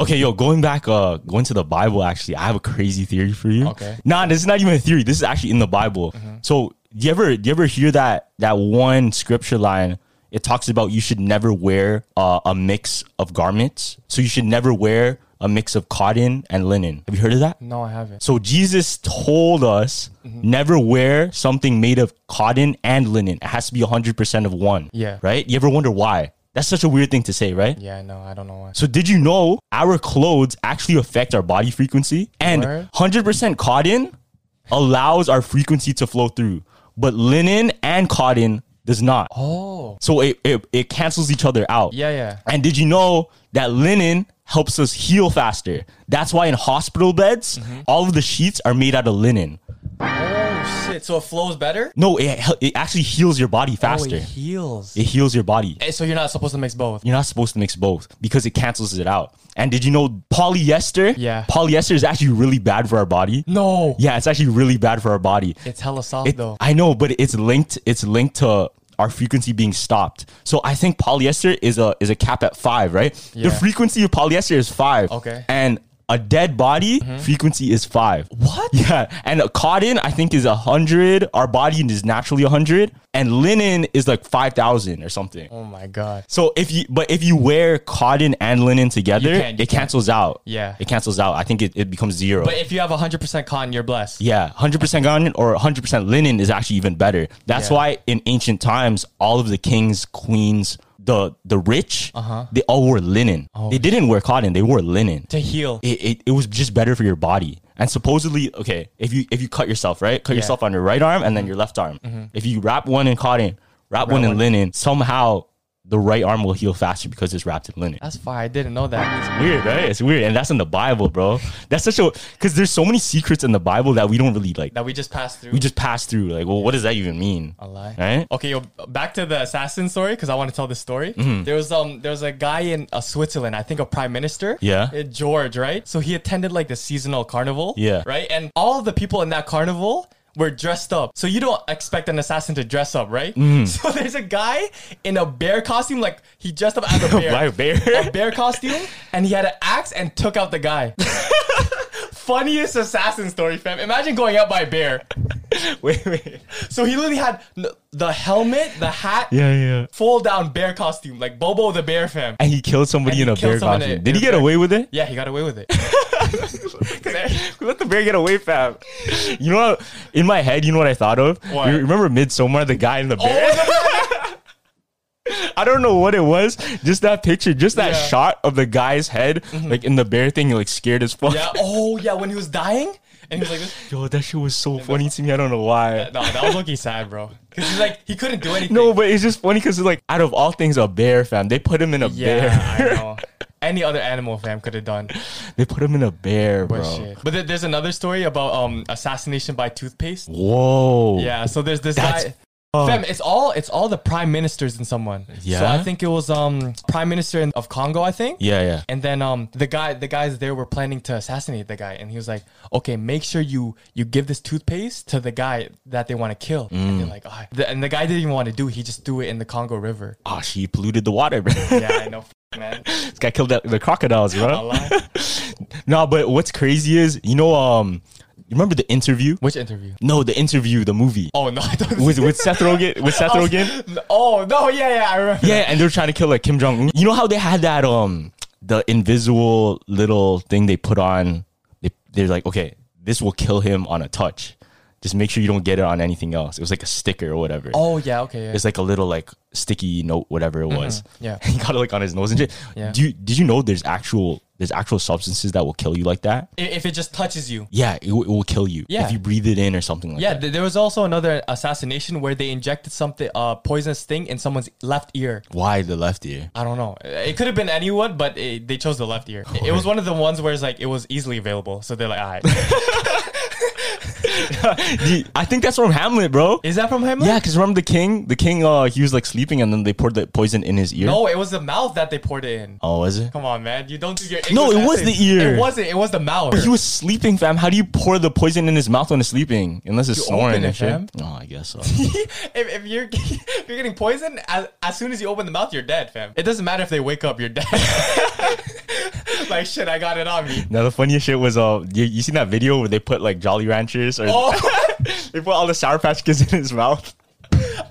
Okay, yo, going back, uh, going to the Bible. Actually, I have a crazy theory for you. Okay. Mm-hmm. Nah, this is not even a theory. This is actually in the Bible. So, do you ever, do you ever hear that that one scripture line? It talks about you should never wear uh, a mix of garments. So you should never wear a mix of cotton and linen. Have you heard of that? No, I haven't. So Jesus told us Mm-hmm. never wear something made of cotton and linen. It has to be 100% of one. Yeah. Right? You ever wonder why? That's such a weird thing to say, right? Yeah, no, I don't know why. So did you know our clothes actually affect our body frequency? And Word. 100% cotton allows our frequency to flow through, but linen and cotton does not. Oh. So it, it, it cancels each other out. Yeah, yeah. And did you know that linen helps us heal faster? That's why in hospital beds, Mm-hmm. all of the sheets are made out of linen. Oh shit! So it flows better. No, it, hel- it actually heals your body faster. Oh, it heals. it heals your body. Eh, so you're not supposed to mix both. You're not supposed to mix both because it cancels it out. And did you know polyester? Yeah. Polyester is actually really bad for our body. No. Yeah, it's actually really bad for our body. It's hella soft It- though. I know, but it's linked. It's linked to our frequency being stopped. So I think polyester is a is a cap at five, right? The Yeah. frequency of polyester is five. Okay. Mm-hmm. And a dead body frequency is five. What? Yeah. And a cotton, I think, is a hundred. Our body is naturally a hundred, and linen is like five thousand or something. oh my god. So if you, but if you wear cotton and linen together, You can't- you it cancels out. Yeah. It cancels out. I think it, it becomes zero. But if you have 100% cotton, you're blessed. Yeah, 100% cotton or 100% linen is actually even better. That's Yeah. why in ancient times, all of the kings, queens, the the rich, they all wore linen. they didn't wear cotton; they wore linen. Uh-huh. Oh, To heal. It, it, it was just better for your body. And supposedly, okay, if you if you cut yourself, right, cut Yeah. Mm-hmm. yourself on your right arm and then your left arm. If you wrap one in cotton, wrap, one in linen, somehow the right arm will heal faster because it's wrapped in linen. That's fire. I didn't know that. Weird, right? It's weird, and that's in the Bible, bro. That's such a because there's so many secrets in the Bible that we don't really like That we just passed through. we just pass through. Like, well, what does that even mean? a lie. Right? Okay, yo, back to the assassin story because I want to tell this story. Mm-hmm. There was um, there was a guy in uh, Switzerland, I think a prime minister. Yeah. uh, George, right? So he attended like the seasonal carnival. Yeah. right. And all the people in that carnival were dressed up. So you don't expect an assassin to dress up, right? Mm-hmm. [laughs] So there's a guy in a bear costume, like he dressed up [laughs] as a bear. Why a bear? [laughs] A bear costume, and he had an axe and took out the guy. [laughs] Funniest assassin story, fam. Imagine going out by a [laughs] bear. Wait, wait. So he literally had n- the helmet, the hat, Yeah, yeah. full down bear costume, like Bobo the bear fam. And he killed somebody in And he a killed bear someone in costume. a- Did he in a get bear- away with it? Yeah, he got away with [laughs] it. 'Cause I- [laughs] Let the bear get away, fam. You know, what, in my head, you know what I thought of? What? You remember Midsummer, the guy in the Oh, bear? [laughs] I don't know what it was. Just that picture, just that Yeah. Mm-hmm. [laughs] shot of the guy's head, like in the bear thing, like scared as fuck. yeah. Oh yeah, when he was dying, and he's like, this. [laughs] Yo, Oh that shit was so funny to me. I don't know why. no, that was looking sad, bro. Because he's like, he couldn't do anything. No, but it's just funny because like out of all things, a bear, fam. They put him in a yeah, bear. [laughs] I know. [laughs] Any other animal fam could have done. they put him in a bear, But, bro. shit. but there- there's another story about um assassination by toothpaste. Whoa. Yeah, so there's this That's guy. Fam, it's all it's all the prime ministers and someone. So Yeah? I think it was um prime minister in- of Congo, I think. Yeah, yeah. And then um the guy the guys there were planning to assassinate the guy and he was like, "Okay, make sure you you give this toothpaste to the guy that they want to kill." And they're Mm. like, "Ah." The- and the guy didn't even want to do, it, he just threw it in the Congo [laughs] River. Oh, she polluted the water, bro. [laughs] Yeah, I know, [laughs] f- man. this guy killed the, the crocodiles, bro. [laughs] Allah. no, but what's crazy is you know um, you remember the interview? Which interview? No, the interview, the movie Oh no, [laughs] I don't [laughs] with with Seth Rogen. With Seth Rogen. [laughs] Oh no, yeah, yeah, I remember. Yeah, and they're trying to kill like Kim Jong Un. You know how they had that um the invisible little thing they put on. They they're like, okay, this will kill him on a touch. Just make sure you don't get it on anything else. It was like a sticker or whatever. Oh yeah, okay, yeah. It's like a little like sticky note, whatever it was. yeah. [laughs] he got it like on his nose and shit. Yeah. Do you, did you know there's actual there's actual substances that will kill you like that? I- if it just touches you. Yeah, it, w- it will kill you Yeah. if you breathe it in or something like Yeah, that. th- there was also another assassination where they injected something, uh, poisonous thing in someone's left ear. Why the left ear? [laughs] I don't know. It could have been anyone, but it, they chose the left ear. It was one of the ones where it's like it was easily available, so they're like, "All [laughs] right, Do you- I think that's from Hamlet, bro. is that from Hamlet?" Yeah, because remember the king? The king, uh, he was like sleeping, and then they poured the poison in his ear. No, it was the mouth that they poured it in. oh, was it? Come on, man! You don't do your English No, it was essays. the ear. It wasn't. It was the mouth. But he was sleeping, fam. How do you pour the poison in his mouth when he's sleeping? Unless it's You open snoring it, and shit. fam. Oh, I guess so. [laughs] if, if you're if you're getting [laughs] poisoned, as, as soon as you open the mouth, you're dead, fam. It doesn't matter if they wake up, you're dead. [laughs] like shit, I got it on me. now the funniest shit was, uh, you, you seen that video where they put like Jolly Ranchers or Oh, [laughs] they put all the Sour Patch Kids in his mouth.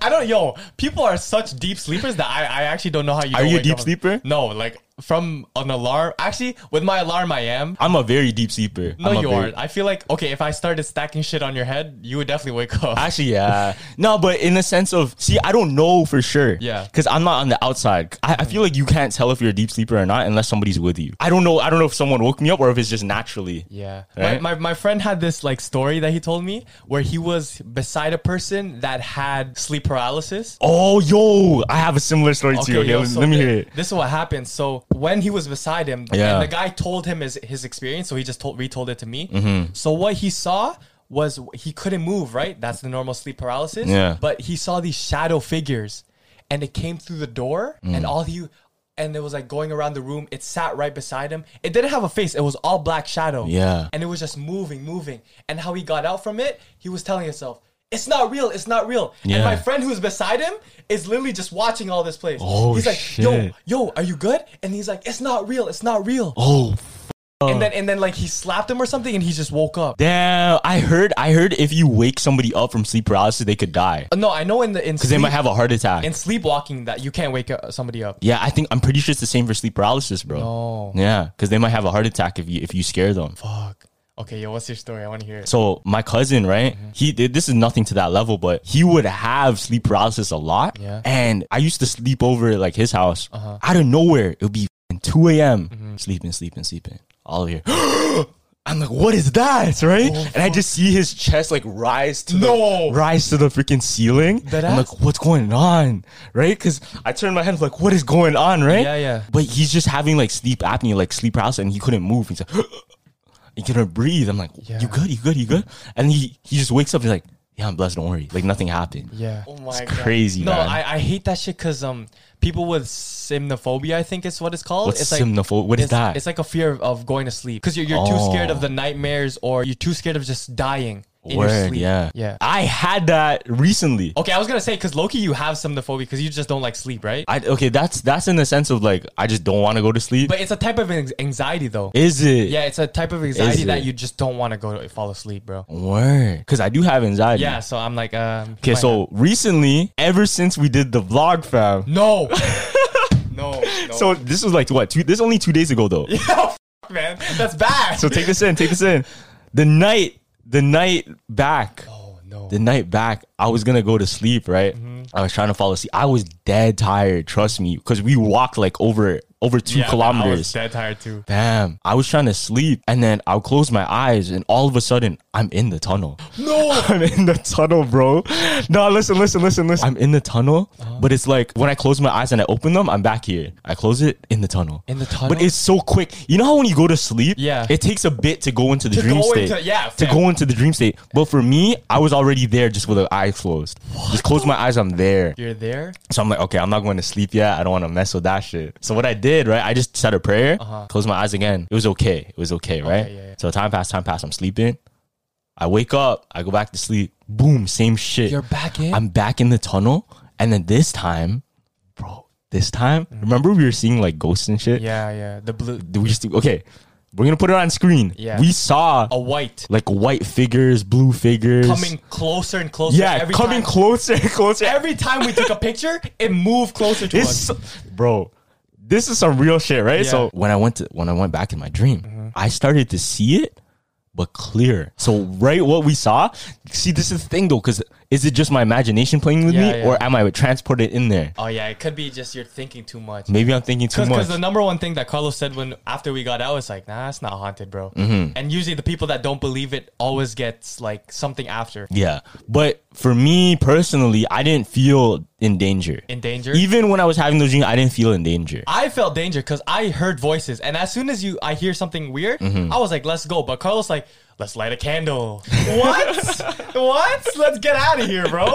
I don't. Yo, people are such deep sleepers that I, I actually don't know how you. Are don't you a wake deep up. sleeper? No, like from an alarm. Actually, with my alarm, I am. I'm a very deep sleeper. No, I'm a you very- aren't. I feel like okay, if I started stacking shit on your head, you would definitely wake up. Actually, yeah. No, but in the sense of, see, I don't know for sure. Yeah. Because I'm not on the outside. I, I feel like you can't tell if you're a deep sleeper or not unless somebody's with you. I don't know. I don't know if someone woke me up or if it's just naturally. [laughs] Yeah. Right? My, my my friend had this like story that he told me where he was beside a person that had sleep paralysis. Oh, yo, I have a similar story to you. Okay, yo, let, so let me thi- hear it. This is what happened. So when he was beside him, Yeah. and the guy told him his, his experience, so he just told retold it to me. Mm-hmm. So what he saw was he couldn't move, right? That's the normal sleep paralysis. Yeah. But he saw these shadow figures and it came through the door Mm. and all he and it was like going around the room. It sat right beside him. It didn't have a face. It was all black shadow. Yeah. And it was just moving, moving. And how he got out from it, he was telling himself, it's not real. It's not real. Yeah. And my friend who's beside him is literally just watching all this place. Oh, he's like, shit. yo, yo, are you good? And he's like, it's not real. It's not real. Oh, And then and then like he slapped him or something, and he just woke up. damn. I heard, I heard if you wake somebody up from sleep paralysis, they could die Uh, no, I know in the in because they might have a heart attack. in sleepwalking that you can't wake up, somebody up. yeah, I think I'm pretty sure it's the same for sleep paralysis, bro. Oh Yeah, because they might have a heart attack if you if you scare them. fuck. Okay, yo, what's your story? I want to hear it. So my cousin, right? Mm-hmm. He th- this is nothing to that level, but he would have sleep paralysis a lot. Yeah. Uh-huh. And I used to sleep over at like his house. Out of nowhere, it would be f***ing 2 a.m. Mm-hmm. Sleeping, sleeping, sleeping. All of here. [gasps] I'm like, what is that? Right? and I just see his chest like rise to Oh, No. the rise to the freaking ceiling. Dead I'm ass? like, what's going on? Right? Because I turned my head like, what is going on? Right? Yeah, yeah. But he's just having like sleep apnea, like sleep paralysis, and he couldn't move. He's like, he couldn't breathe. I'm like, you good? You good? You good? And he he just wakes up. He's like, yeah, I'm blessed. Don't worry. Like nothing happened. Yeah. Oh my It's crazy, No, man. I, I hate that shit because um people with simnophobia, I think is what it's called. What's it's symnopho- what is it's- that? It's like a fear of, of going to sleep because you're, you're Oh. too scared of the nightmares or you're too scared of just dying in your Word. sleep. Yeah. yeah. I had that recently. Okay, I was gonna say because Loki, you have somnophobia because you just don't like sleep, right? I okay. That's that's in the sense of like I just don't want to go to sleep. but it's a type of anx- anxiety though. is it? yeah, it's a type of anxiety that it? you just don't want to go to fall asleep, bro. Word. Because I do have anxiety. Yeah, so I'm like, um, Okay. might So recently, ever since we did the vlog, fam. [laughs] not- [laughs] no, no, no. [laughs] So this was like what? Two, this is only two days ago though. man, that's bad. So take this in. Take this in. The night. The night back. oh no, Mm-hmm. the night back, I was gonna go to sleep, right? I was trying to fall asleep. I was dead tired, trust me, because we walked like over over two Yeah, I was kilometers. dead tired too. Damn, I was trying to sleep and then I'll close my eyes and all of a sudden I'm in the [gasps] tunnel. No, [laughs] I'm in the tunnel, bro. No, listen, listen, listen, listen. I'm in the tunnel, Uh-huh. but it's like when I close my eyes and I open them, I'm back here. I close it in the tunnel. In the But tunnel? it's so quick. You know how when you go to sleep, Yeah. it takes a bit to go into the To dream go state. into- yeah, to fam. go into the dream state. But for me, I was already there just with the eyes closed. Just close my eyes, I'm there. You're there. So I'm like, okay, I'm not going to sleep yet. I don't want to mess with that shit. So what I did, right? I just said a prayer, closed my eyes again. It was okay. It was okay, right? Uh-huh. yeah, yeah. So time passed, time passed. I'm sleeping. I wake up. I go back to sleep. Boom, same shit. You're back in? I'm back in the tunnel, and then this time, bro, this time, remember we were seeing like ghosts and shit. Mm. Yeah, yeah. The blue, Do We used to, okay, we're gonna put it on screen. Yeah. We saw a white like white figures, blue figures coming closer and closer. Yeah, every coming time, closer [laughs] and closer. Every time we took a picture, it moved closer to It's us. bro. This is some real shit, right? Yeah. So Mm-hmm. when I went to when I went back in my dream, I started to see it, but clear. So right, what we saw. See, this is the thing though, because is it just my imagination playing with Yeah, me, yeah. or am I transported in there? Oh yeah, it could be just you're thinking too much. Maybe I'm thinking too much. Because the number one thing that Carlos said when after we got out was like, nah, it's not haunted, bro. And usually the people that don't believe it always gets like something after. yeah, but for me personally, I didn't feel in danger. In danger? Even when I was having those dreams, I didn't feel in danger. I felt danger because I heard voices, and as soon as you, I hear something weird, I was like, "Let's go!" But Carlos like, "Let's light a [laughs] candle." what? what? Let's get out of here, bro.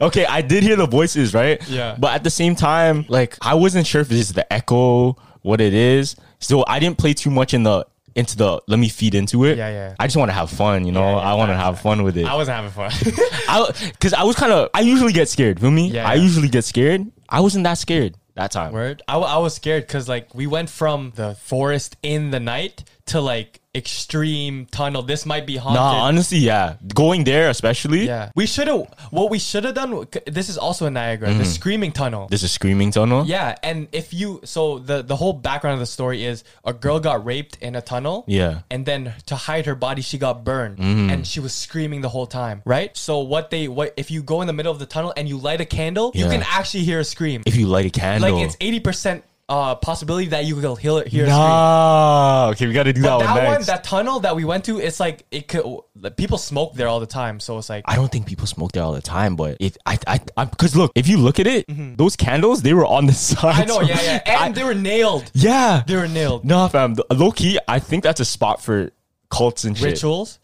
okay, I did hear the voices, right? Yeah. But at the same time, like I wasn't sure if this is the echo, what it is. So I didn't play too much in the into the let me feed into it. Yeah, yeah. I just want to have fun, you know. Yeah, yeah, I want to facts, have fun with it. I wasn't having fun. [laughs] I cuz I was kind of I usually get scared, feel me? Yeah, I yeah. usually get scared. I wasn't that scared that time. Word. I, wa- I was scared because like we went from the forest in the night to like extreme tunnel. This might be haunted. Nah, honestly, yeah. Going there especially. yeah, we should have. What we should have done. This is also in Niagara, the Mm-hmm. screaming tunnel. There's a screaming tunnel. Yeah, and if you so the the whole background of the story is a girl got raped in a tunnel. Yeah. Mm-hmm. And then to hide her body she got burned and she was screaming the whole time, right? So what they what if you go in the middle of the tunnel and you light a candle, you Yeah. can actually hear a scream. If you light a candle. like it's 80% uh possibility that you will hear, hear a scream. nah. Okay, we got to do But that, that one one, next. that tunnel that we went to, it's like it could like, people smoke there all the time, so it's like I don't think people smoke there all the time, but it, I, I, I, because look, if you look at it, those candles they were on the [laughs] side. Mm-hmm. I know, yeah, [laughs] yeah, and they were nailed. yeah, They were nailed. Nah, fam, low key, I think that's a spot for cults and [laughs] shit. [laughs] Rituals.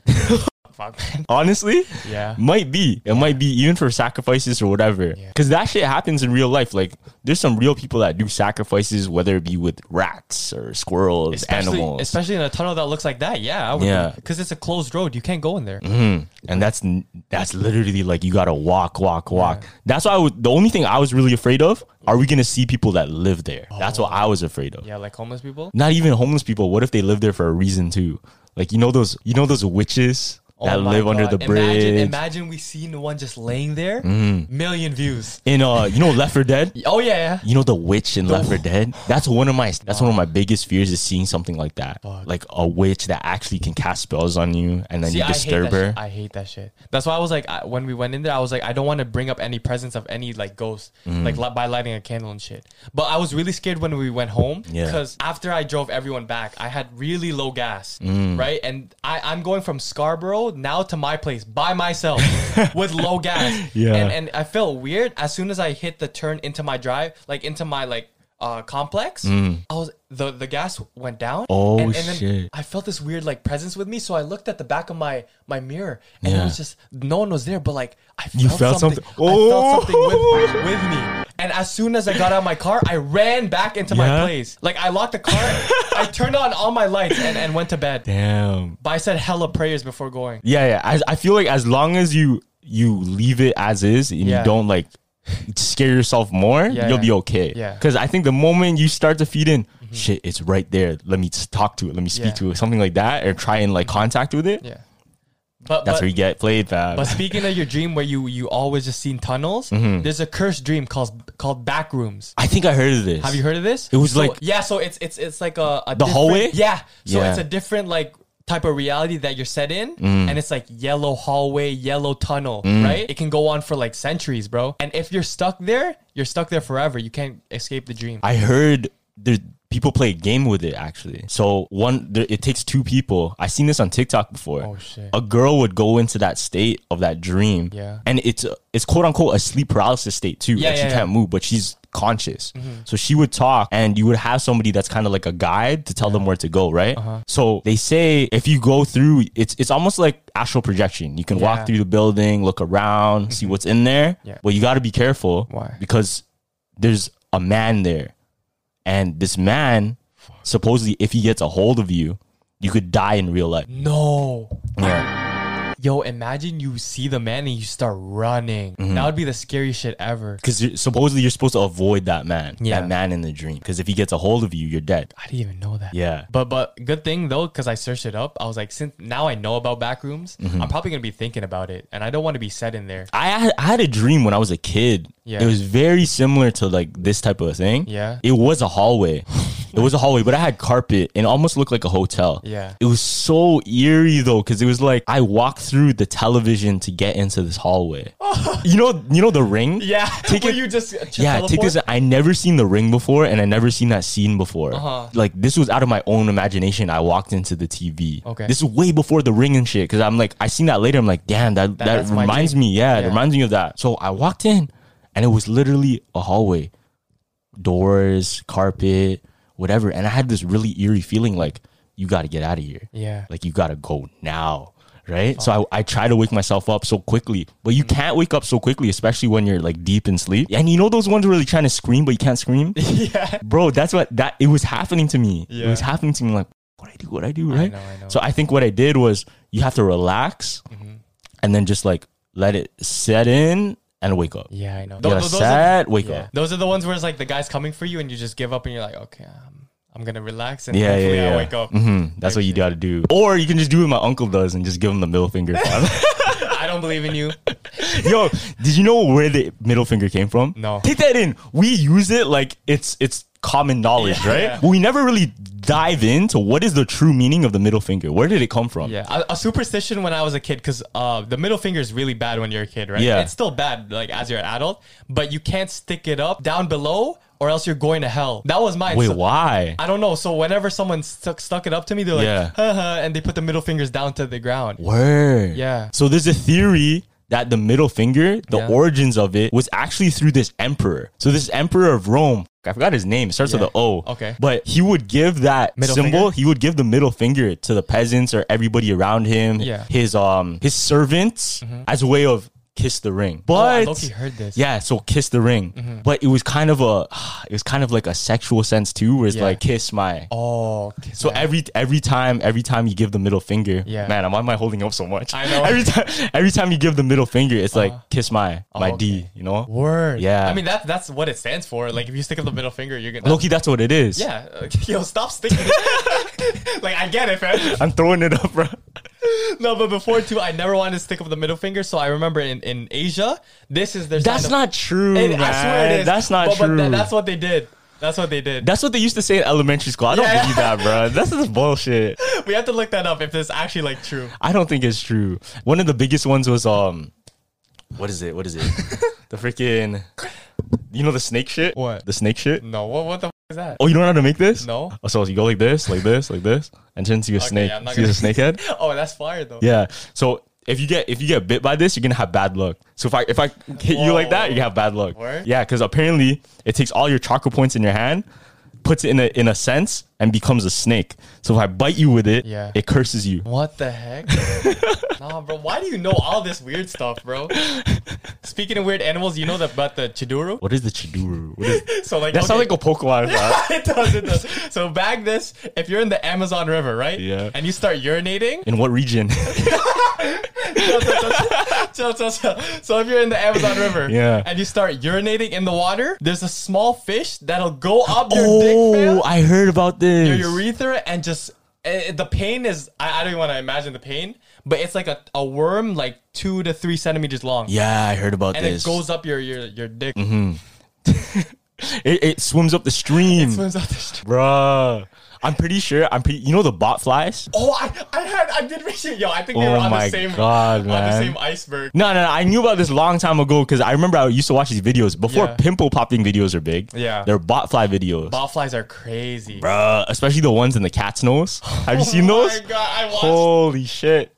Fuck man. Honestly, Yeah. might be. It might be even for sacrifices or whatever. Because that shit happens in real life. Like, there's some real people that do sacrifices, whether it be with rats or squirrels, especially, animals, especially in a tunnel that looks like that. Yeah, I would, Yeah. because it's a closed road. You can't go in there. Mm-hmm. and that's n- that's literally like you gotta walk, walk, walk. That's why I would, the only thing I was really afraid of are we gonna see people that live there? That's what I was afraid of. Oh. Yeah, like homeless people. Not even homeless people. What if they live there for a reason too? Like you know those you know those witches that Oh my live under the God. bridge Mm-hmm. Imagine, imagine we seen one just laying there. Million views. in uh you know Left 4 Dead. Oh [laughs] yeah, yeah. You know the witch in Left 4 Dead. That's one of my that's one of my biggest fears is seeing something like that, like a witch that actually can cast spells on you and then See, you I hate, disturb that her. shit. I hate that shit. That's why I was like, I, when we went in there, I was like, I don't want to bring up any presence of any like ghost, Mm-hmm. like li- by lighting a candle and shit. But I was really scared when we went home Yeah. because after I drove everyone back, I had really low gas, Mm. right? And I, I'm going from Scarborough now to my place [laughs] by myself with low gas. Yeah. And, and I felt weird as soon as I hit the turn into my drive, like into my like uh complex. I was the the gas went down. Mm. Oh, and, and then shit. I felt this weird like presence with me, so I looked at the back of my my mirror, and Yeah. it was just no one was there, but like I felt, You felt something. something- I felt something with, Oh. with me. And as soon as I got out of my car, I ran back into Yeah? my place. Like I locked the car, I turned on all my lights, and, and went to bed. Damn. But I said hella prayers before going. Yeah, yeah. I, I feel like as long as you you leave it as is and you Yeah. don't like scare yourself more, Yeah, you'll yeah. be okay. Yeah. Mm-hmm. Because I think the moment you start to feed in, shit, it's right there. Let me just talk to it. Let me speak Yeah. to it. Something like that, or try and like contact with it. Yeah. But That's but, where you get played, fam. But speaking of your dream where you you always just seen tunnels, Mm-hmm. there's a cursed dream called called back rooms. I think I heard of this. Have you heard of this? It was So- like- yeah, so it's it's it's like a, a The different- hallway? Yeah, so Yeah. Mm. it's a different like type of reality that you're set in, and it's like yellow hallway, yellow tunnel, right? It can go on for like centuries, bro. And if you're stuck there, you're stuck there forever. You can't escape the dream. I heard there people play a game with it actually. So one, there, it takes two people. I seen this on TikTok before. Oh, shit. A girl would go into that state of that dream, Yeah. and it's a- it's quote unquote a sleep paralysis state too. Yeah, like yeah, Mm-hmm. she can't move, but she's conscious. So she would talk, and you would have somebody that's kind of like a guide to tell them where to go, right? Uh-huh. So they say if you go through, it's it's almost like astral projection. You can Yeah. Mm-hmm. walk through the building, look around, see what's in there. Yeah. Well, you got to be careful. Why? Because there's a man there and this man supposedly if he gets a hold of you you could die in real life No. yeah Yo, imagine you see the man and you start running. Mm-hmm. That would be the scariest shit ever. because supposedly you're supposed to avoid that man Yeah. that man in the dream because if he gets a hold of you you're dead I didn't even know that. Yeah. But but good thing though, because I searched it up. I was like, since now I know about back rooms, Mm-hmm. I'm probably gonna be thinking about it, and I don't want to be set in there. [laughs] I had, I had a dream when I was a kid. Yeah. It was very similar to like this type of thing. Yeah. It was a hallway. it was a hallway, but I had carpet and it almost looked like a hotel. Yeah. It was so eerie though, because it was like I walked through the television to get into this [laughs] hallway. you know, you know the ring? Yeah. Take Where it- you just- just yeah, take this. teleport? I never seen the ring before and I never seen that scene before. Uh-huh. Like this was out of my own imagination. I walked into the TV. Okay. This is way before the ring and shit. Cause I'm like, I seen that later. I'm like, damn, that, that, that's my reminds dream. me. Yeah, Yeah. it reminds me of that. So I walked in and it was literally a hallway, doors, carpet, whatever. And I had this really eerie feeling like, you got to get out of here. Yeah. Like, you got to go now. Right. So I, I try to wake myself up so quickly, but Mm-hmm. you can't wake up so quickly, especially when you're like deep in sleep. And you know those ones where you're trying to scream, but you can't scream? [laughs] yeah. Bro, that's what that it was happening to me. It was Yeah. happening to me like, what I do, what I do, right? know, I know. Mm-hmm. So I think what I did was you have to relax and then just like let it set in and wake up. Yeah, I know. You gotta Those- those are- set, wake Yeah. up. Those are the ones where it's like the guy's coming for you and you just give up and you're like, okay, I'm, I'm gonna relax and Yeah, yeah, hopefully yeah. I wake up. Mhm. That's what you got to do. Or you can just do what my uncle does and just give him the middle [laughs] finger. fam. I don't believe in you. [laughs] Yo, did you know where the middle finger came from? No. Take that in. We use it like it's it's common knowledge, Yeah. right? Yeah. But we never really dive into what is the true meaning of the middle finger. Where did it come from? Yeah, a, a superstition when I was a kid because uh, the middle finger is really bad when you're a kid, right? Yeah. it's still bad like as you're an adult, but you can't stick it up down below or else you're going to hell. That was mine. Wait, So- why? I don't know. So whenever someone stuck stuck it up to me, they're like, Yeah. "Huh, huh," and they put the middle fingers down to the ground. Word. Yeah. So there's a theory that the middle finger, the Yeah. origins of it, was actually through this emperor. So this emperor of Rome, I forgot his name. It starts Yeah. with an O. Okay. But he would give that Middle symbol. finger? He would give the middle finger to the peasants or everybody around him. Yeah. Mm-hmm. His um his servants as a way of kiss the ring. Oh, I But low-key heard this. Mm-hmm. Yeah. So kiss the ring. But it was kind of a [sighs] it was kind of like a sexual sense too, where it's Yeah. like kiss my. Oh, okay. So every every time every time you give the middle finger, Yeah. man, I'm, why am I holding up so much? I know. Uh-huh. Every time every time you give the middle finger, it's like kiss my my D, Oh, okay. you know. word. Yeah. I mean that's that's what it stands for. Like if you stick up the middle finger, you're gonna. Loki, that's what it is. Yeah, [laughs] uh, yo, stop sticking. it. like I get it, fam. I'm throwing it up, bro. No, but before too, I never wanted to stick up the middle finger. So I remember in, in Asia, this is their. That's sign of- not true, It- man. I swear it is. That's not But- true. But tha- that's, that's what they did. That's what they did. what they used to say in elementary school. I don't Yeah. believe that, bro. That's just bullshit. we have to look that up if it's actually like true. I don't think it's true. One of the biggest ones was um, what is it? What is [laughs] it? the freaking, you know, the snake shit. What? the snake shit? No, what what the f- is that? Oh, you don't know how to make this? No. Oh, so you go like this, like this, like this, and then see a snake. yeah, I'm not see a gonna- snake head. [laughs] Oh, that's fire though. Yeah. So if you get if you get bit by this, you're gonna have bad luck. So if I if I hit you like that, Whoa. you have bad luck. Word? Yeah, because apparently it takes all your chakra points in your hand, puts it in a in a sense, and becomes a snake. So if I bite you with it, Yeah. it curses you. What [laughs] the heck? nah, bro. Why do you know all this weird stuff, bro? Speaking of weird animals, you know the, about the chiduru. What is the chiduru? What [laughs] is, that So like okay. sounds like a Pokemon. bro. [laughs] it does, it does. So bag this. If you're in the Amazon River, right? Yeah. And you start urinating, [laughs] in what region? chill, chill, chill, chill, chill, chill. So if you're in the Amazon River [laughs] Yeah. and you start urinating in the water, there's a small fish that'll go up your dick, [laughs] oh, fam, I heard about your this. urethra, and just eh, the pain is. I, I don't even want to imagine the pain, but it's like a, a worm, like two to three centimeters long, yeah, I heard about and this. [laughs] it goes up your your your dick. It, it swims up the stream, Swims out the stream. bruh. I'm pretty sure. I'm pretty. You know the bot flies. Oh, I, I had I did reach it, yo. I think they Oh were on my the same God, on man. the same iceberg. No, no, no. I knew about this long time ago because I remember I used to watch these videos before Yeah. pimple popping videos are big. Yeah. they're bot fly videos, Botflies are crazy. bruh. Especially the ones in the cat's nose. Have you seen [laughs] oh those? my god, I watched. Holy shit.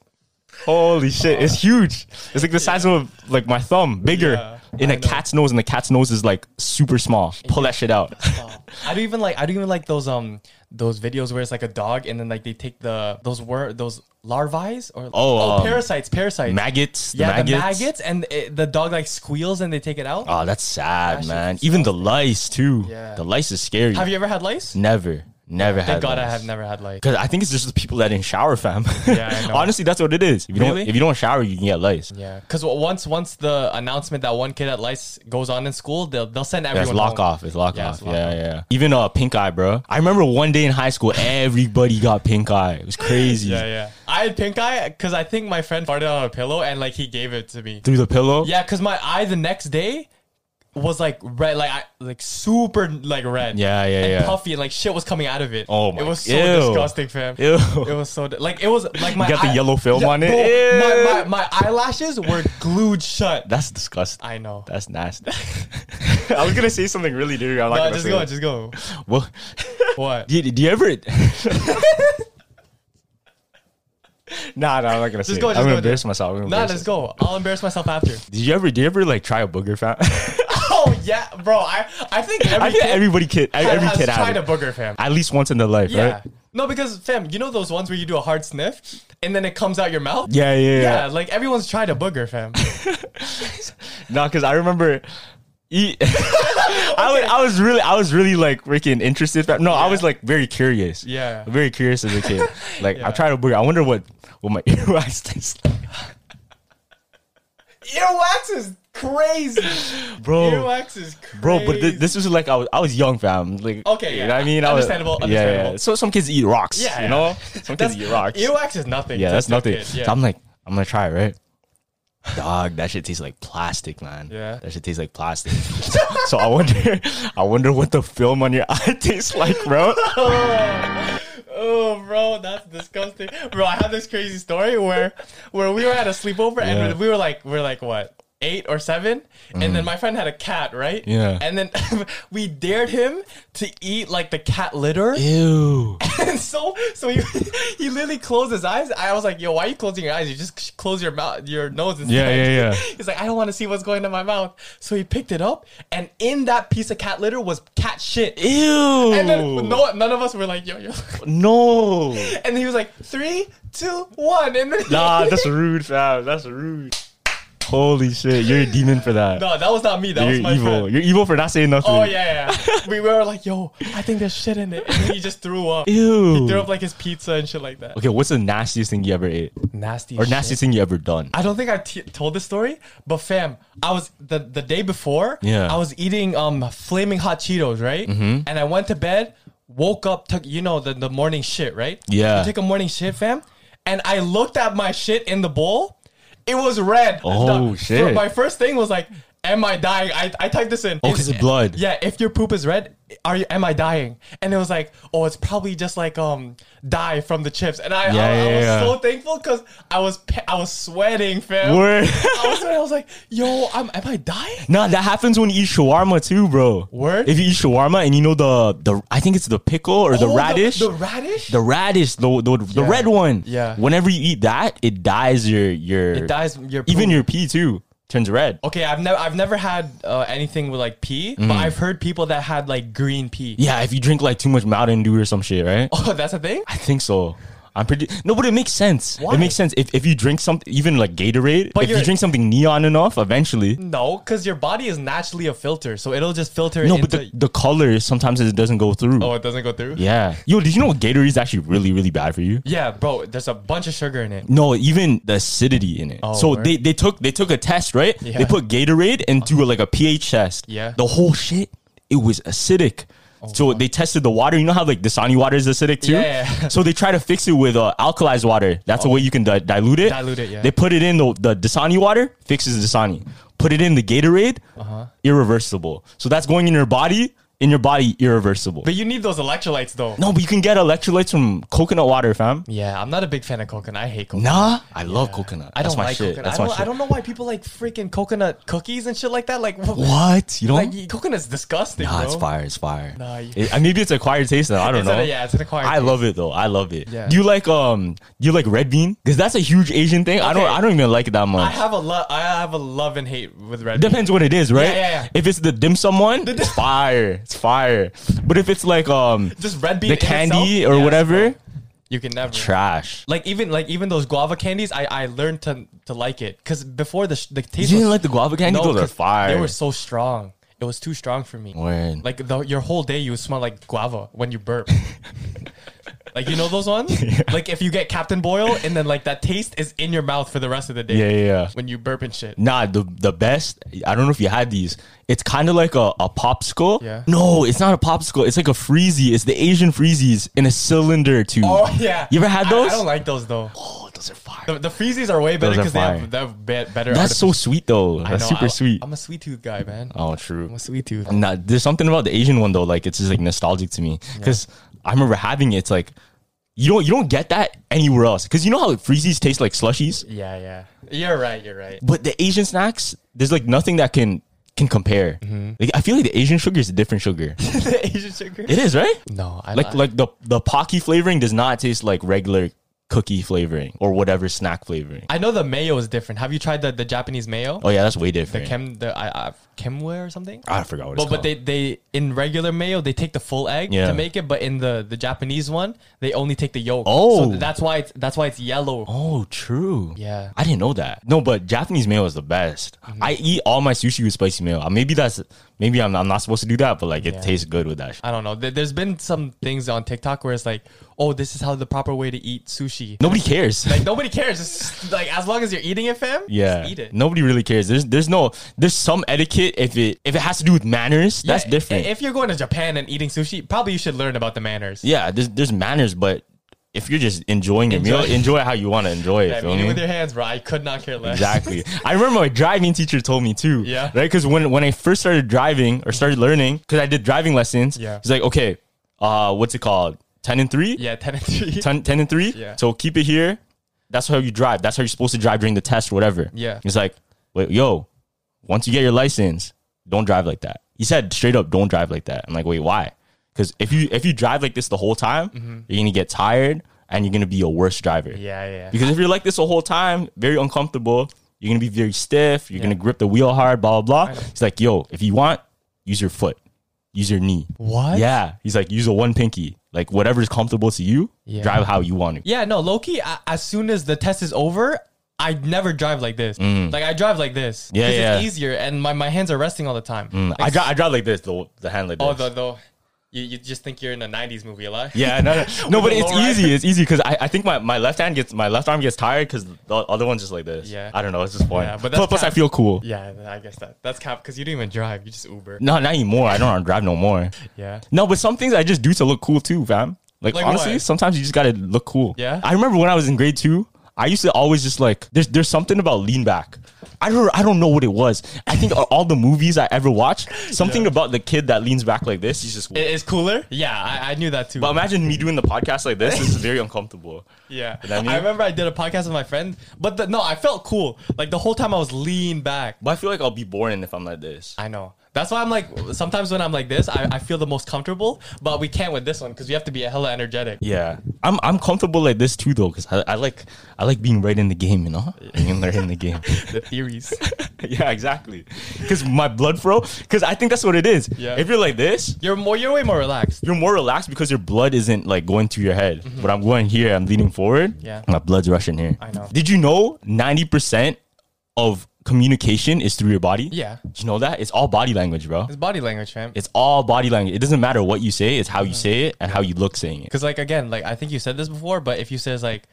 Holy shit. It's huge. It's like the size of like my thumb, bigger. Yeah, in I a know. cat's nose, and the cat's nose is like super small. Pull that shit out. I don't even like. I don't even like those um those videos where it's like a dog and then like they take the those were those larvae or Oh, um, parasites parasites maggots. [laughs] The yeah maggots. the maggots and it, the dog like squeals and they take it out. Oh, that's sad, shit's man. Even the lice too. Yeah. The lice is scary. Have you ever had lice? never, never had Thank God I lice. have never had lice. Cause I think it's just the people that didn't shower, fam. Yeah, [laughs] I know. Honestly, that's what it is. If you don't, Really? if you don't shower, you can get lice. Yeah, because once once the announcement that one kid at lice goes on in school, they'll they'll send Yeah, everyone. it's lock home. off. It's lock Yeah, off. it's lock yeah, off. yeah. Even uh, pink eye, bro. I remember one day in high school, everybody got pink eye. It was crazy. [laughs] Yeah, yeah. I had pink eye because I think my friend farted on a pillow and like he gave it to me. Through the pillow. Yeah, because my eye the next day was like red, like I, like super like red. Yeah, yeah, and yeah. puffy and like shit was coming out of it. Oh my- It was so Ew. disgusting, fam. [laughs] Ew. It was so di- like it was like my got the yellow film on it? bro, My, Ew. my, my eyelashes were glued shut. That's disgusting. I know. That's [laughs] nasty. I was gonna say something really dirty. I'm not No, gonna just say go, it. just go. [laughs] Well, What? do, you- do you ever? [laughs] nah, nah, I'm not gonna say. go, it. just I'm gonna go, embarrass just- myself. I'm gonna Nah, embarrass let's myself. go. I'll embarrass myself after. [laughs] Did you ever? Did you ever like try a booger, fam? [laughs] Oh yeah, bro. I I think every I think kid everybody [laughs] kid, has- every has kid had tried it. a booger, fam. at least once in their life, Yeah. right? No, because fam, you know those ones where you do a hard sniff and then it comes out your mouth. Yeah, yeah, yeah. Yeah, like everyone's tried a [laughs] booger, fam. No, because I remember. [laughs] E- [laughs] I, was, I was really, I was really like freaking interested. but- No, I was like very curious. Yeah. very curious as a [laughs] kid. Like I tried a booger. I wonder what what my [laughs] earwax tastes like, Earwax is crazy. bro. Earwax is crazy. Oh. Bro, but th- this was like I was, I was young, fam. Like, Okay, you yeah. know what I mean, I was- Understandable, yeah, yeah, understandable. So some kids eat rocks, Yeah, you yeah. [laughs] know. Some kids That's- eat rocks. Earwax is nothing. yeah, to- that's to a nothing. kid, Yeah. So I'm like, I'm gonna try it, right? Dog, that shit tastes like plastic, man. Yeah. that shit tastes like plastic. [laughs] so I wonder, I wonder what the film on your [laughs] eye tastes like, bro. oh, bro, that's disgusting. Bro, I have this crazy story where where we were at a sleepover and we were like we are like what? 8 or 7 and then my friend had a cat, right? Mm. Yeah. And then [laughs] we dared him to eat like the cat litter. Ew. [laughs] And so, so he, he literally closed his eyes. I was like, "Yo, why are you closing your eyes? You just sh- close your mouth, your nose." Instead. yeah, yeah. [laughs] He's like, "I don't want to see what's going in my mouth." So he picked it up, and in that piece of cat litter was cat shit. Ew. And then no, none of us were like, "Yo, yo," [laughs] no. and he was like, three, two, one, and then Nah, that's rude, fam. That's rude. Holy shit, you're a demon for that. [laughs] [laughs] no, that was not me. That was you're my evil. friend. You're evil for not saying nothing. Oh yeah, [laughs] yeah. we were like, "Yo, I think there's shit in it," and then he just threw up. Ew. He threw up like his pizza and shit like that. Okay, what's the nastiest thing you ever ate, Nasty or shit. nastiest thing you ever done? I don't think I t- told this story, but fam, I was the the day before. Yeah. Mm-hmm. I was eating um flaming hot Cheetos, right? And I went to bed, woke up, took you know the the morning shit, right? Yeah. You take a morning shit, fam, and I looked at my shit in the bowl. It was red. Oh, The- shit. my first thing was like, "Am I dying?" I, I typed this in. Oh, 'cause of blood. Yeah, if your poop is red, are you? Am I dying? And it was like, "Oh, it's probably just like um dye from the chips." And I I- Yeah, I, yeah, was yeah. so thankful because I was pa- I was sweating, fam. Word. [laughs] I was sweating. I was like, yo, I'm, am I dying? Nah, that happens when you eat shawarma too, bro. Word? If you eat shawarma and you know the the I think it's the pickle or Oh, the radish. The, The, radish. radish, the the, the red one. Yeah. Whenever you eat that, it dyes your your it dyes your even poop. Oh. your pee too turns red. Okay, I've never I've never had uh, anything with like pee, but I've heard people that had like green pee. Mm. Yeah, if you drink like too much Mountain Dew or some shit, right? [laughs] Oh, that's a thing. I think so. I'm pretty no, but it makes sense. Why? It makes sense if, if you drink something, even like Gatorade. But if you you're- drink something neon enough, eventually. No, because your body is naturally a filter, so it'll just filter. No, into, but the, the color sometimes it doesn't go through. oh, it doesn't go through. Yeah. Yo, did you know Gatorade is actually really, really bad for you? Yeah, bro. There's a bunch of sugar in it. No, even the acidity in it. so Oh, word. they, they took they took a test, right? They Yeah. Uh-huh. put Gatorade into a, like a pH test. Yeah. The Oh, whole shit, it was acidic. so they tested the water. You know how like Dasani water is acidic too. Yeah, yeah. Oh. So they try to fix it with uh, alkalized water. That's the way you can di- dilute it. Dilute it, yeah. They put it in the the Dasani water Uh-huh. fixes the Dasani. Put it in the Gatorade, irreversible. So that's going in your body. in your body irreversible. But you need those electrolytes though. no, but you can get electrolytes from coconut water, fam. Yeah, I'm not a big fan of coconut. I hate coconut. Nah, I love coconut. I That's don't my like shit. coconut. That's I, my don't, shit. I don't know why people like freaking coconut cookies and shit like that. Like what? What you don't? Like coconut's disgusting. Nah, bro. it's fire. It's fire. Nah, you- It- uh, maybe it's acquired taste though. I don't It's know. an- yeah, it's an acquired I taste. love it though. I love it. Yeah. Do you like um? Do you like red bean? Because that's a huge Asian thing. I don't. Okay. I don't even like it that much. I have a love. I have a love and hate with red. bean. Depends what it is, right? Yeah, yeah, yeah. If it's the dim sum one, dim- it's fire. It's fire. But if it's like um, Just red bean. the in candy itself? or Yes, whatever, bro. You can never. trash. like even like even those guava candies, I I learned to to like it because before the sh- the You taste. didn't was- like the guava candy? No, Those are 'cause fire. They were so strong. It was too strong for me. Word. Like the, your whole day, you would smell like guava when you burp. [laughs] like you know those ones. Like if you get Captain Boil, and then like that taste is in your mouth for the rest of the day. Yeah, yeah, yeah. When you burp and shit. Nah, the the best. I don't know if you had these. It's kind of like a, a popsicle. Yeah. No, it's not a popsicle. It's like a freezy. It's the Asian freezies in a cylinder tube. [laughs] Oh yeah. You ever had I- those? I, don't like those though. Oh, those are fire. The, the freezies are way better Those are because they fire. have, they have be- better. That's so artific- sweet though. I That's know, super I- sweet. I'm a sweet tooth guy, man. oh, true. I'm a sweet tooth. Nah, there's something about the Asian one though. Like it's just like nostalgic to me because I remember having it. It's like you don't you don't get that anywhere else. Because you know how freezies taste like slushies, Yeah, yeah. You're right. You're right. [laughs] but the Asian snacks there's like nothing that can can compare. Mm-hmm. Like I feel like the Asian sugar is a different [laughs] sugar. the Asian sugar. it is right. No, I Like like the the pocky flavoring does not taste like regular cookie flavoring or whatever snack flavoring. I know the mayo is different. Have you tried the, the Japanese mayo? Oh yeah, that's way The different. chem the I, I chemware or something? I forgot what it's But but called. they, they in regular mayo they take the full egg Yeah. to make it, but in the, the Japanese one they only take the yolk. Oh. so that's why it's that's why it's yellow. Oh, true. Yeah. Mm-hmm. I didn't know that. No, but Japanese mayo is the best. I eat all my sushi with spicy mayo. Uh, Maybe that's maybe I'm, I'm not supposed to do that, but like it tastes good with that. Shit. I don't know. There- There's been some things on TikTok where it's like, oh, this is how the proper way to eat sushi. Nobody cares. Like nobody cares. It's just, like as long as you're eating it, fam. yeah. just eat it. Nobody really cares. There's there's no there's some etiquette if it if it has to do with manners, that's Yeah, i- different. If you're going to Japan and eating sushi, probably you should learn about the manners. yeah, there's there's manners, but if you're just enjoying your meal, Enjoy. enjoy it how you want to enjoy it. Yeah, feel eating me? with your hands, bro. I could not care less. [laughs] Exactly. I remember my driving teacher told me too. Yeah. Right? Because when, when I first started driving or started learning, because I did driving lessons, Yeah. he's like, okay, uh, what's it called? 10 and 3? Yeah, ten and three. [laughs] 10, 10 and 3? Yeah. So keep it here. That's how you drive. That's how you're supposed to drive during the test or whatever. Yeah. He's like, wait, yo, once you get your license, don't drive like that. He said straight up, don't drive like that. I'm like, wait, why? Because if you if you drive like this the whole time, you're gonna get tired and you're gonna be a worse driver. Mm-hmm. Yeah, yeah. Because if you're like this the whole time, very uncomfortable, you're gonna be very stiff, you're gonna grip the wheel hard, blah blah blah. He's like, yo, if you want, use your foot, use your knee. What? Yeah. He's like, use a one pinky. Like whatever's comfortable to you, Yeah. drive how you want to. Yeah, no, Loki. I, as soon as the test is over, I never drive like this. Like I drive like this. Mm. Yeah, 'Cause yeah. Mm. It's easier, and my, my hands are resting all the time. Like, I drive I drive like this, the the hand like this. oh, the, the you, you just think you're in a '90s movie, like yeah, no, no, no [laughs] but With the it's low rider. easy. It's easy because I, I think my, my left hand gets my left arm gets tired because the other one's just like this. Yeah. I don't know. It's just fun. Yeah, but but that's plus, I kind of- feel cool. Yeah, I guess that that's cap because you don't even drive. You just Uber. No, not anymore. I don't wanna drive no more. Yeah. No, but some things I just do to look cool too, fam. Like, Like honestly, what? sometimes you just gotta look cool. Yeah? I remember when I was in grade two, I used to always just like there's there's something about lean back. I don't I don't know what it was. I think of all the movies I ever watched, something about the kid that leans back like this. He's just. It is cooler. Yeah, I, I knew that too. but imagine me doing the podcast like this. This is very uncomfortable. [laughs] yeah, You know what I mean? I remember I did a podcast with my friend, but the, no, I felt cool. Like the whole time I was lean back. But I feel like I'll be boring if I'm like this. I know. That's why I'm like sometimes when I'm like this, I, I feel the most comfortable, but we can't with this one because we have to be hella energetic. Yeah, I'm I'm comfortable like this too though, because I, I like I like being right in the game, you know, being right in the [laughs] game. The theories. [laughs] yeah, exactly. Because my blood flow. Because I think that's what it is. Yeah. If you're like this, You're more you're way more relaxed. you're more relaxed because your blood isn't like going to your head. But I'm going here. I'm leaning forward. Mm-hmm. Yeah. My blood's rushing here. I know. Did you know ninety percent of communication is through your body? Yeah. Did you know that? It's all body language, bro. It's body language, fam. It's all body language. It doesn't matter what you say. It's how you say it and how you look saying it. Cause like again, like I think you said this before, but if you says like,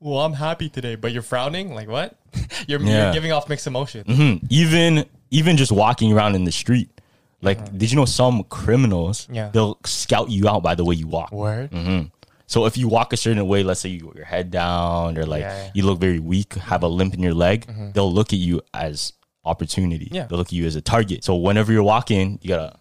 Well, I'm happy today, but you're frowning, like what? [laughs] you're, Yeah. you're giving off mixed emotion. even even just walking around in the street. Like, did you know some criminals? Uh-huh. Yeah. They'll scout you out by the way you walk. Word. So if you walk a certain way, let's say you got your head down or like Yeah. Mm-hmm. you look very weak, have a limp in your leg, they'll look at you as opportunity. Yeah. They'll look at you as a target. So whenever you're walking, you gotta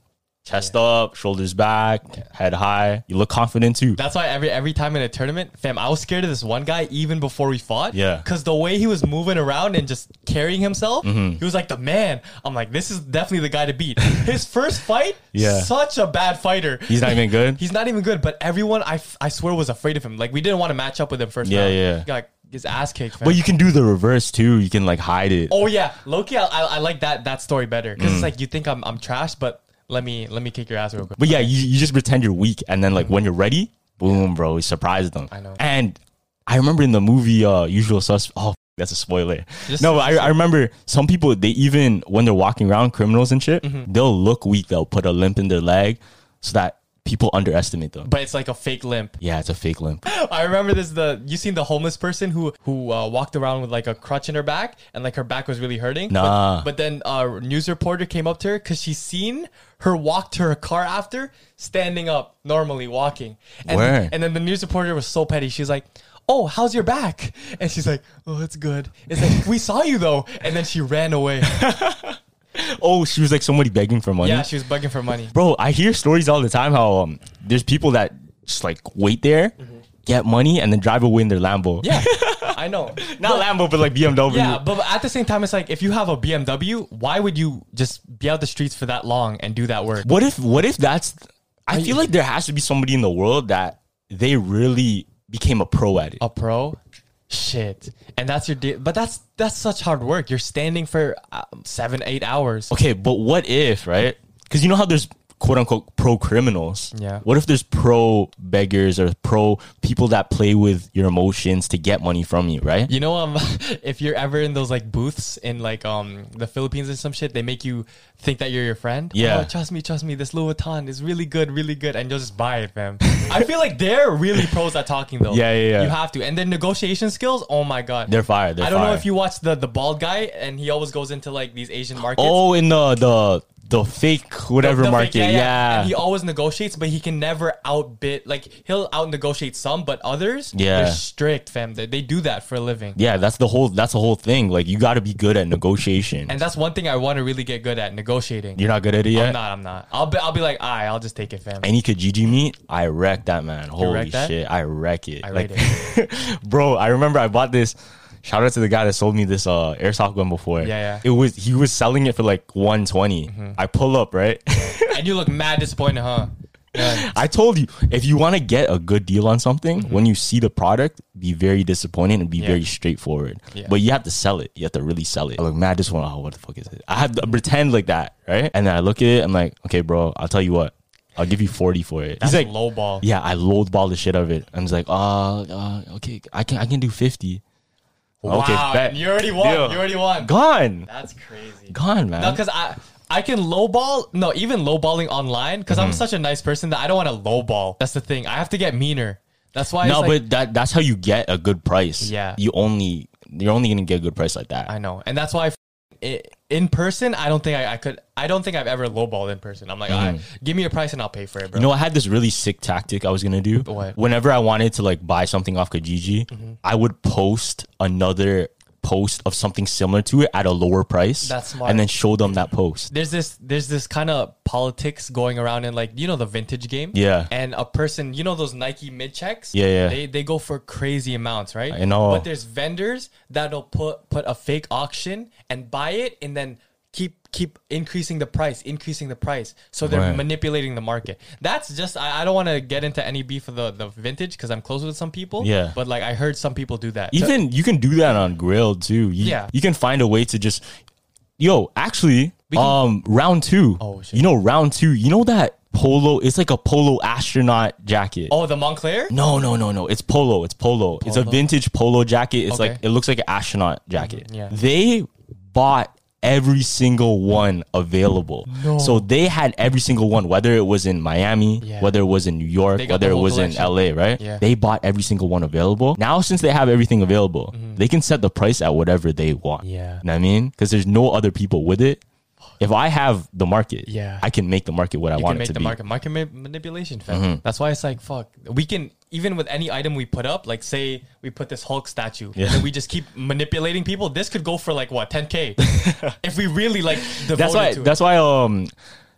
Chest up, shoulders back, head high. You look confident too. That's why every every time in a tournament, fam, I was scared of this one guy even before we fought. Yeah. Because the way he was moving around and just carrying himself, Mm-hmm. he was like the man. I'm like, this is definitely the guy to beat. [laughs] His first fight, Yeah. such a bad fighter. He's not even good? [laughs] He's not even good. But everyone, I, f- I swear, was afraid of him. Like we didn't want to match up with him first. Yeah, round. yeah. He got, like his ass kicked. Fam. but you can do the reverse too. You can like hide it. Oh yeah, Loki. I, I, I like that that story better because Mm. it's like you think I'm I'm trash, but let me let me kick your ass real quick. But yeah, you, you just pretend you're weak, and then like when you're ready, boom, bro, you surprise them. I Mm-hmm. know. And I remember in the movie uh, Usual Suspect. Oh, that's a spoiler. Just- no, but I, I remember some people they even when they're walking around, criminals and shit, Mm-hmm. they'll look weak. They'll put a limp in their leg so that people underestimate them. But it's like a fake limp. yeah, it's a fake limp. [gasps] I remember this. The you seen the homeless person who who uh, walked around with like a crutch in her back, and like her back was really hurting. But- Nah. But, then a news reporter came up to her because she seen her walk to her car after standing up normally walking. And, Word. and then the news reporter was so petty. She's like. Oh, how's your back? And she's like, "Oh, it's good." It's like we saw you though, and then she ran away. Oh, she was like somebody begging for money. Yeah, she was begging for money. bro i hear stories all the time how um there's people that just like wait there get money and then drive away in their lambo Mm-hmm. Yeah, I know. [laughs] not lambo but like bmw Yeah, but but at the same time, it's like if you have a BMW, why would you just be out the streets for that long and do that work? what if what if that's i feel like there has to be somebody in the world that they really became a pro at it A pro, shit, and that's your. De- but that's that's such hard work. You're standing for um, seven, eight hours. okay but what if right because you know how there's quote unquote pro criminals Yeah. what if there's pro beggars or pro people that play with your emotions to get money from you right You know, um, [laughs] if you're ever in those like booths in like um the Philippines and some shit, they make you think that you're your friend. Yeah. oh, trust me, trust me. This Louis Vuitton is really good, really good, and you'll just buy it, fam. I feel like they're really pros at talking though. [laughs] Yeah, yeah, yeah. You have to, and then negotiation skills. Oh my god, They're fire, they're I don't know fire. if you watch the the bald guy, and he always goes into like these Asian markets. oh in the the the fake The- whatever the fake- market And he always negotiates, but he can never outbid. Like he'll out negotiate some, but others, Yeah. they're strict, fam. They, they do that for a living. yeah that's the whole that's the whole thing like you got to be good at negotiation And that's one thing I want to really get good at negotiating. you're not good at it yet I'm not. I'm not. I'll be. I'll be like, I. I'll just take it, fam. any Kijiji meet, I wreck that man. Holy wreck that? shit, I wreck it. I like, rate [laughs] bro, I remember I bought this. Shout out to the guy that sold me this uh airsoft gun before. Yeah, yeah. Mm-hmm. It was he was selling it for like 120. I pull up right. [laughs] and you look mad disappointed, huh? Yeah. I told you if you want to get a good deal on something, Mm-hmm. when you see the product, be very disappointed and be very straightforward. But you have to sell it. You have to really sell it. I look mad. This one, oh, what the fuck is it? I have to pretend like that, right? And then I look at it. I'm like, okay, bro. I'll tell you what. I'll give you 40 for it. That's He's like, low ball. yeah, I lowball the shit out of it. I was like, uh, uh, okay, I can I can do fifty. Okay, wow. bet. You already won. Deal. You already won. Gone, That's crazy. gone, man. No, because I. I can lowball, no, even lowballing online because I'm such a nice person that I don't want to lowball. That's the thing. I have to get meaner. That's why. no, it's like, but that that's how you get a good price. Yeah. you only you're only gonna get a good price like that. I know, and that's why f- i- in person I don't think I, I could. I don't think I've ever lowballed in person. I'm like, "Alright, give me a price and I'll pay for it, bro. you know, I had this really sick tactic I was gonna do. What? Mm-hmm. Whenever I wanted to like buy something off Kijiji, I would post another post of something similar to it at a lower price. That's smart. And then show them that post. there's this there's this kind of politics going around in like you know the vintage game Yeah. and a person you know those nike mid checks Yeah, yeah. they, they go for crazy amounts right I know. but there's vendors that'll put put a fake auction and buy it and then keep keep increasing the price increasing the price so they're Right. manipulating the market that's just i, I don't want to get into any beef of the, the vintage because i'm close with some people Yeah. but like i heard some people do that So- Even you can do that on Grail too. You, Yeah. you can find a way to just, yo, actually, can- um, round two. Oh, shit. You know, round two. You know that polo. It's like a polo astronaut jacket. oh the montclair No, no, no, no. It's polo. It's polo. It's a vintage polo jacket. It's Okay. Mm-hmm. like it looks like an astronaut jacket. yeah. They bought every single one available. So they had every single one, whether it was in Miami, Yeah. whether it was in New York, They got whether the it whole was collection. in LA, right? Yeah. They bought every single one available. Now since they have everything available, they can set the price at whatever they want. Mm-hmm. Yeah. Know what I mean? Because there's no other people with it. If I have the market, Yeah. I can make the market what I you want can it make to the be. Mm-hmm. market market ma- manipulation fam. that's why it's like fuck we can even with any item we put up like say we put this hulk statue and we just keep manipulating people [laughs] this could go for like what 10k if we really like devoted that's why to that's why um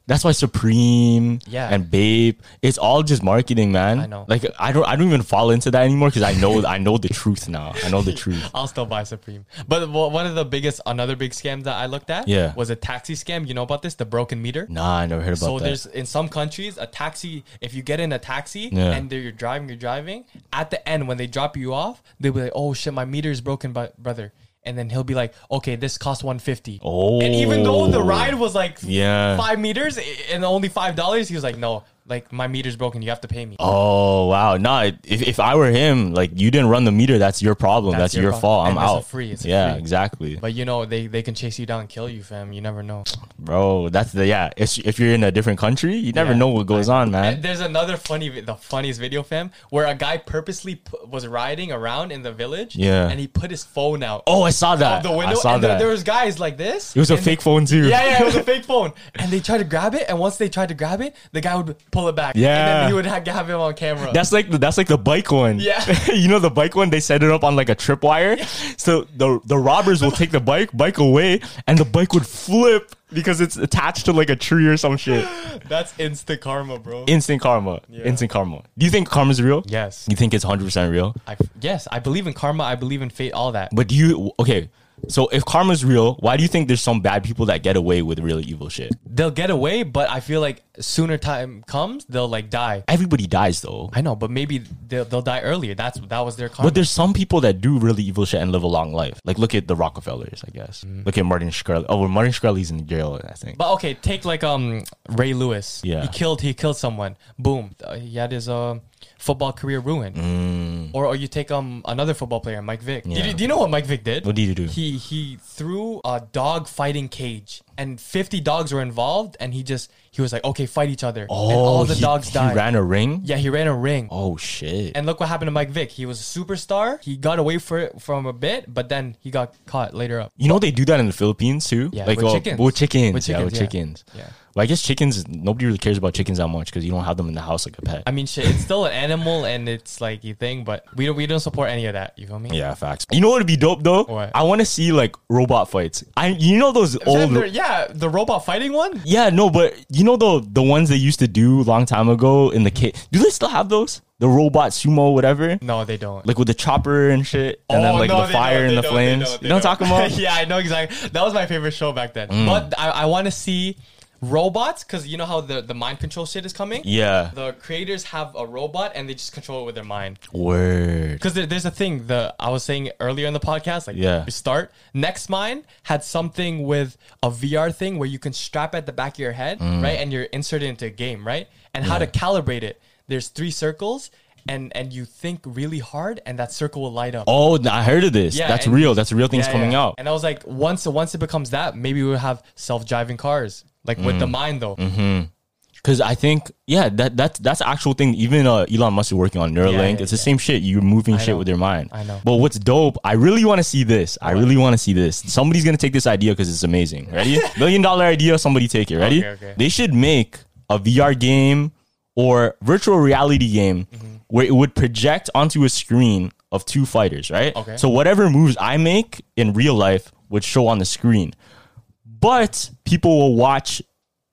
That's why Supreme Yeah. and Babe, it's all just marketing, man. I know. Like I don't I don't even fall into that anymore because I know I know the truth now. I [laughs] know the truth. I'll still buy Supreme. But wha- one of the biggest, another big scam that I looked at Yeah. was a taxi scam. You know about this? The broken meter? Nah, I never heard about so that. there's in some countries a taxi if you get in a taxi Yeah. and they're, you're driving you're driving at the end when they drop you off they'll be like oh shit my meter is broken but brother and then he'll be like okay this costs 150 Oh. and even though the ride was like Yeah. five meters and only five dollars he was like no like my meter's broken you have to pay me Oh wow! Nah, if, if I were him, like you didn't run the meter, that's your problem. That's, your, problem. fault. I'm And it's a out. free- it's a yeah, free. exactly, but you know they, they can chase you down and kill you fam you never know bro. That's the yeah. If, if you're in a different country, you never Yeah. know what goes on, And man. there's another funny, vi- the funniest video, fam, where a guy purposely pu- was riding around in the village, Yeah. and he put his phone out. oh, I saw that. out the window. I saw and that. There, there was guys like this. it was a and fake phone too. They, yeah, yeah, [laughs] it was a fake phone. And they tried to grab it, and once they tried to grab it, the guy would pull it back. and Yeah. then he would ha- have him on camera. That's like the, that's like the bike one. Yeah. [laughs] you know the bike one. They set it up on like a tripwire, so the the robbers will take the bike bike away, and the bike would flip because it's attached to like a tree or some shit. that's instant karma, bro. Instant karma. Instant karma. Do you think karma's real? Yes. You think it's hundred percent real? I, yes, I believe in karma. I believe in fate. All that. But do you okay? So if karma's real, why do you think there's some bad people that get away with really evil shit? They'll get away, but I feel like sooner time comes, they'll like die. Everybody dies though. I know, but maybe they'll, they'll die earlier. That's that was their karma. But there's some people that do really evil shit and live a long life. Like look at the Rockefellers, I guess. Look at Martin Shkreli. Oh, well, Martin Shkreli's in jail, I think. But okay, take like um Ray Lewis. Yeah. he killed he killed someone. Boom, Uh, he had his um football career ruined. Mm. Or or you take um another football player, Mike Vick. Did you- do you know what Mike Vick did? What did he do? He he threw a dog fighting cage, and fifty dogs were involved, and he just he was like, okay, fight each other, oh, and all the he- dogs died. He ran a ring. yeah, he ran a ring. Oh shit. And look what happened to Mike Vick. He was a superstar. He got away for it from a bit, but then he got caught later up. you know they do that in the Philippines too. Yeah, like with oh, chickens. with chickens, With yeah, chickens, with yeah. chickens. Yeah. Well, I guess chickens. Nobody really cares about chickens that much because you don't have them in the house like a pet. I mean, shit, it's still an animal and it's like a thing, but we don't we don't support any of that. You feel me? Yeah, facts. You know what would be dope though? What? I want to see like robot fights. I you know those Fam, old there- yeah, the robot fighting one. Yeah, no, but you know the the ones they used to do long time ago in the kit. Do they still have those? The robot sumo whatever? No, they don't. Like with the chopper and shit and then Oh, like no, the they fire don't, and they the don't, they flames. don't, they you know what I'm don't. talking about? [laughs] Mm. yeah, I know exactly. That was my favorite show back then. But I, I want to see robots because you know how the, the mind control shit is coming. Yeah. The creators have a robot and they just control it with their mind. Word. Because there, there's a thing the I was saying earlier in the podcast, like Yeah. we start. Next mine had something with a VR thing where you can strap at the back of your head, Mm. right, and you're inserted into a game, right, and how to calibrate it. There's three circles, and and you think really hard, and that circle will light up. Oh, I heard of this. That's and- real. That's real things Yeah, coming yeah. out. And I was like, once once it becomes that, maybe we'll have self driving cars, like with Mm. the mind though. Mm-hmm. Because I think, yeah, that that's that's the actual thing. Even uh, Elon Musk is working on Neuralink. yeah, it's the same shit. You're moving shit know. with your mind. I know. But what's dope? I really want to see this. I really want to see this. Somebody's gonna take this idea because it's amazing. [laughs] Ready? Billion dollar idea. Somebody take it. Ready? Okay, okay. They should make a VR game or virtual reality game Mm-hmm. where it would project onto a screen of two fighters. Right. Okay. So whatever moves I make in real life would show on the screen but people will watch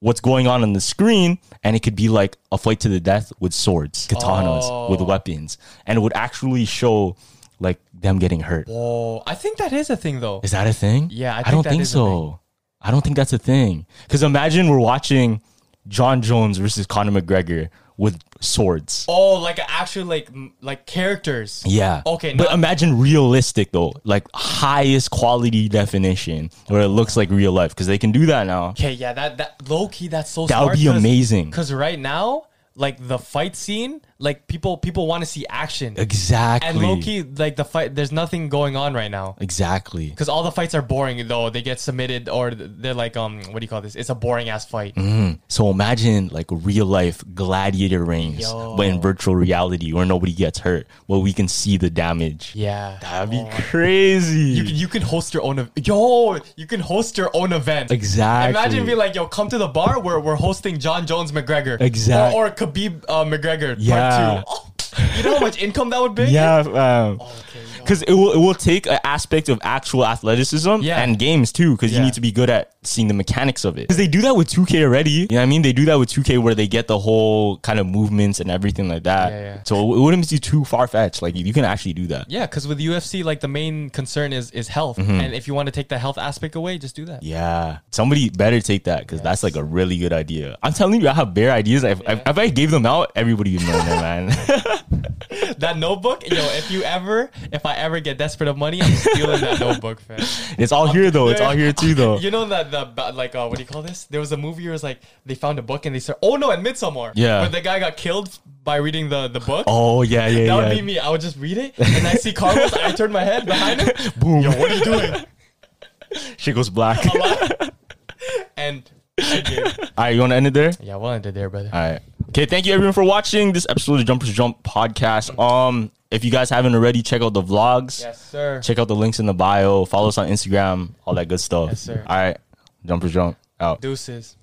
what's going on on the screen and it could be like a fight to the death with swords katanas with Oh. weapons and it would actually show like them getting hurt Oh, I think that is a thing though. is that a thing Yeah, I think don't that think is a so i don't think that's a thing because imagine we're watching john jones versus conor mcgregor with swords Oh, like a actual like m- like characters. Yeah. Oh, Okay, But not- imagine realistic though, like highest quality definition where it looks like real life because they can do that now. Okay, yeah, that that low key, that's so That would be amazing. Because right now, like the fight scene, like people people want to see action, Exactly. and low key, like the fight, there's nothing going on right now. Exactly. Because all the fights are boring, though they get submitted or they're like, um, what do you call this? It's a boring ass fight. Mm-hmm. So imagine like real life gladiator rings, but in virtual reality where nobody gets hurt, but we can see the damage. Yeah, Oh. That'd be crazy. you can you can host your own ev- yo, you can host your own event. Exactly. Imagine being like, yo, come to the bar where we're hosting John Jones McGregor, Exact- or, or Khabib uh, McGregor, Yeah. [laughs] part two. you know how much income that would be? yeah, um, because it will it will take an aspect of actual athleticism Yeah. and games too, because you Yeah. need to be good at seeing the mechanics of it. Because they do that with 2K already. You know what I mean? They do that with 2K where they get the whole kind of movements and everything like that. Yeah, yeah. So it wouldn't be too far fetched. Like you, you can actually do that. Yeah, because with UFC, like the main concern is is health, and if you want to take the health aspect away, just do that. Mm-hmm. Yeah, somebody better take that because that's like a really good idea. I'm telling you, I have bare ideas. If, if, if I gave them out, everybody would know them, [laughs] man. [laughs] That notebook, yo. If you ever, if I ever get desperate of money, I'm stealing that [laughs] notebook, fam. it's all here though. It's all here too though. You know that the ba- like uh, what do you call this? There was a movie where it was like they found a book and they said, "Oh no, and Midsummer." Yeah. where the guy got killed by reading the the book. [laughs] Oh yeah, yeah, that yeah. would be me. I would just read it, and I see Carlos. I turn my head behind him. Boom. Yo, what are you doing? [laughs] Shit goes [laughs] black. [laughs] I'm like- and I gave- All right, you want to end it there? yeah, well, I did there, brother. All right. Okay, thank you everyone for watching this episode of the Jumpers Jump podcast. Um, if you guys haven't already, check out the vlogs. Yes, sir. Check out the links in the bio. Follow us on Instagram. All that good stuff. Yes, sir. All right, Jumpers Jump out. Deuces.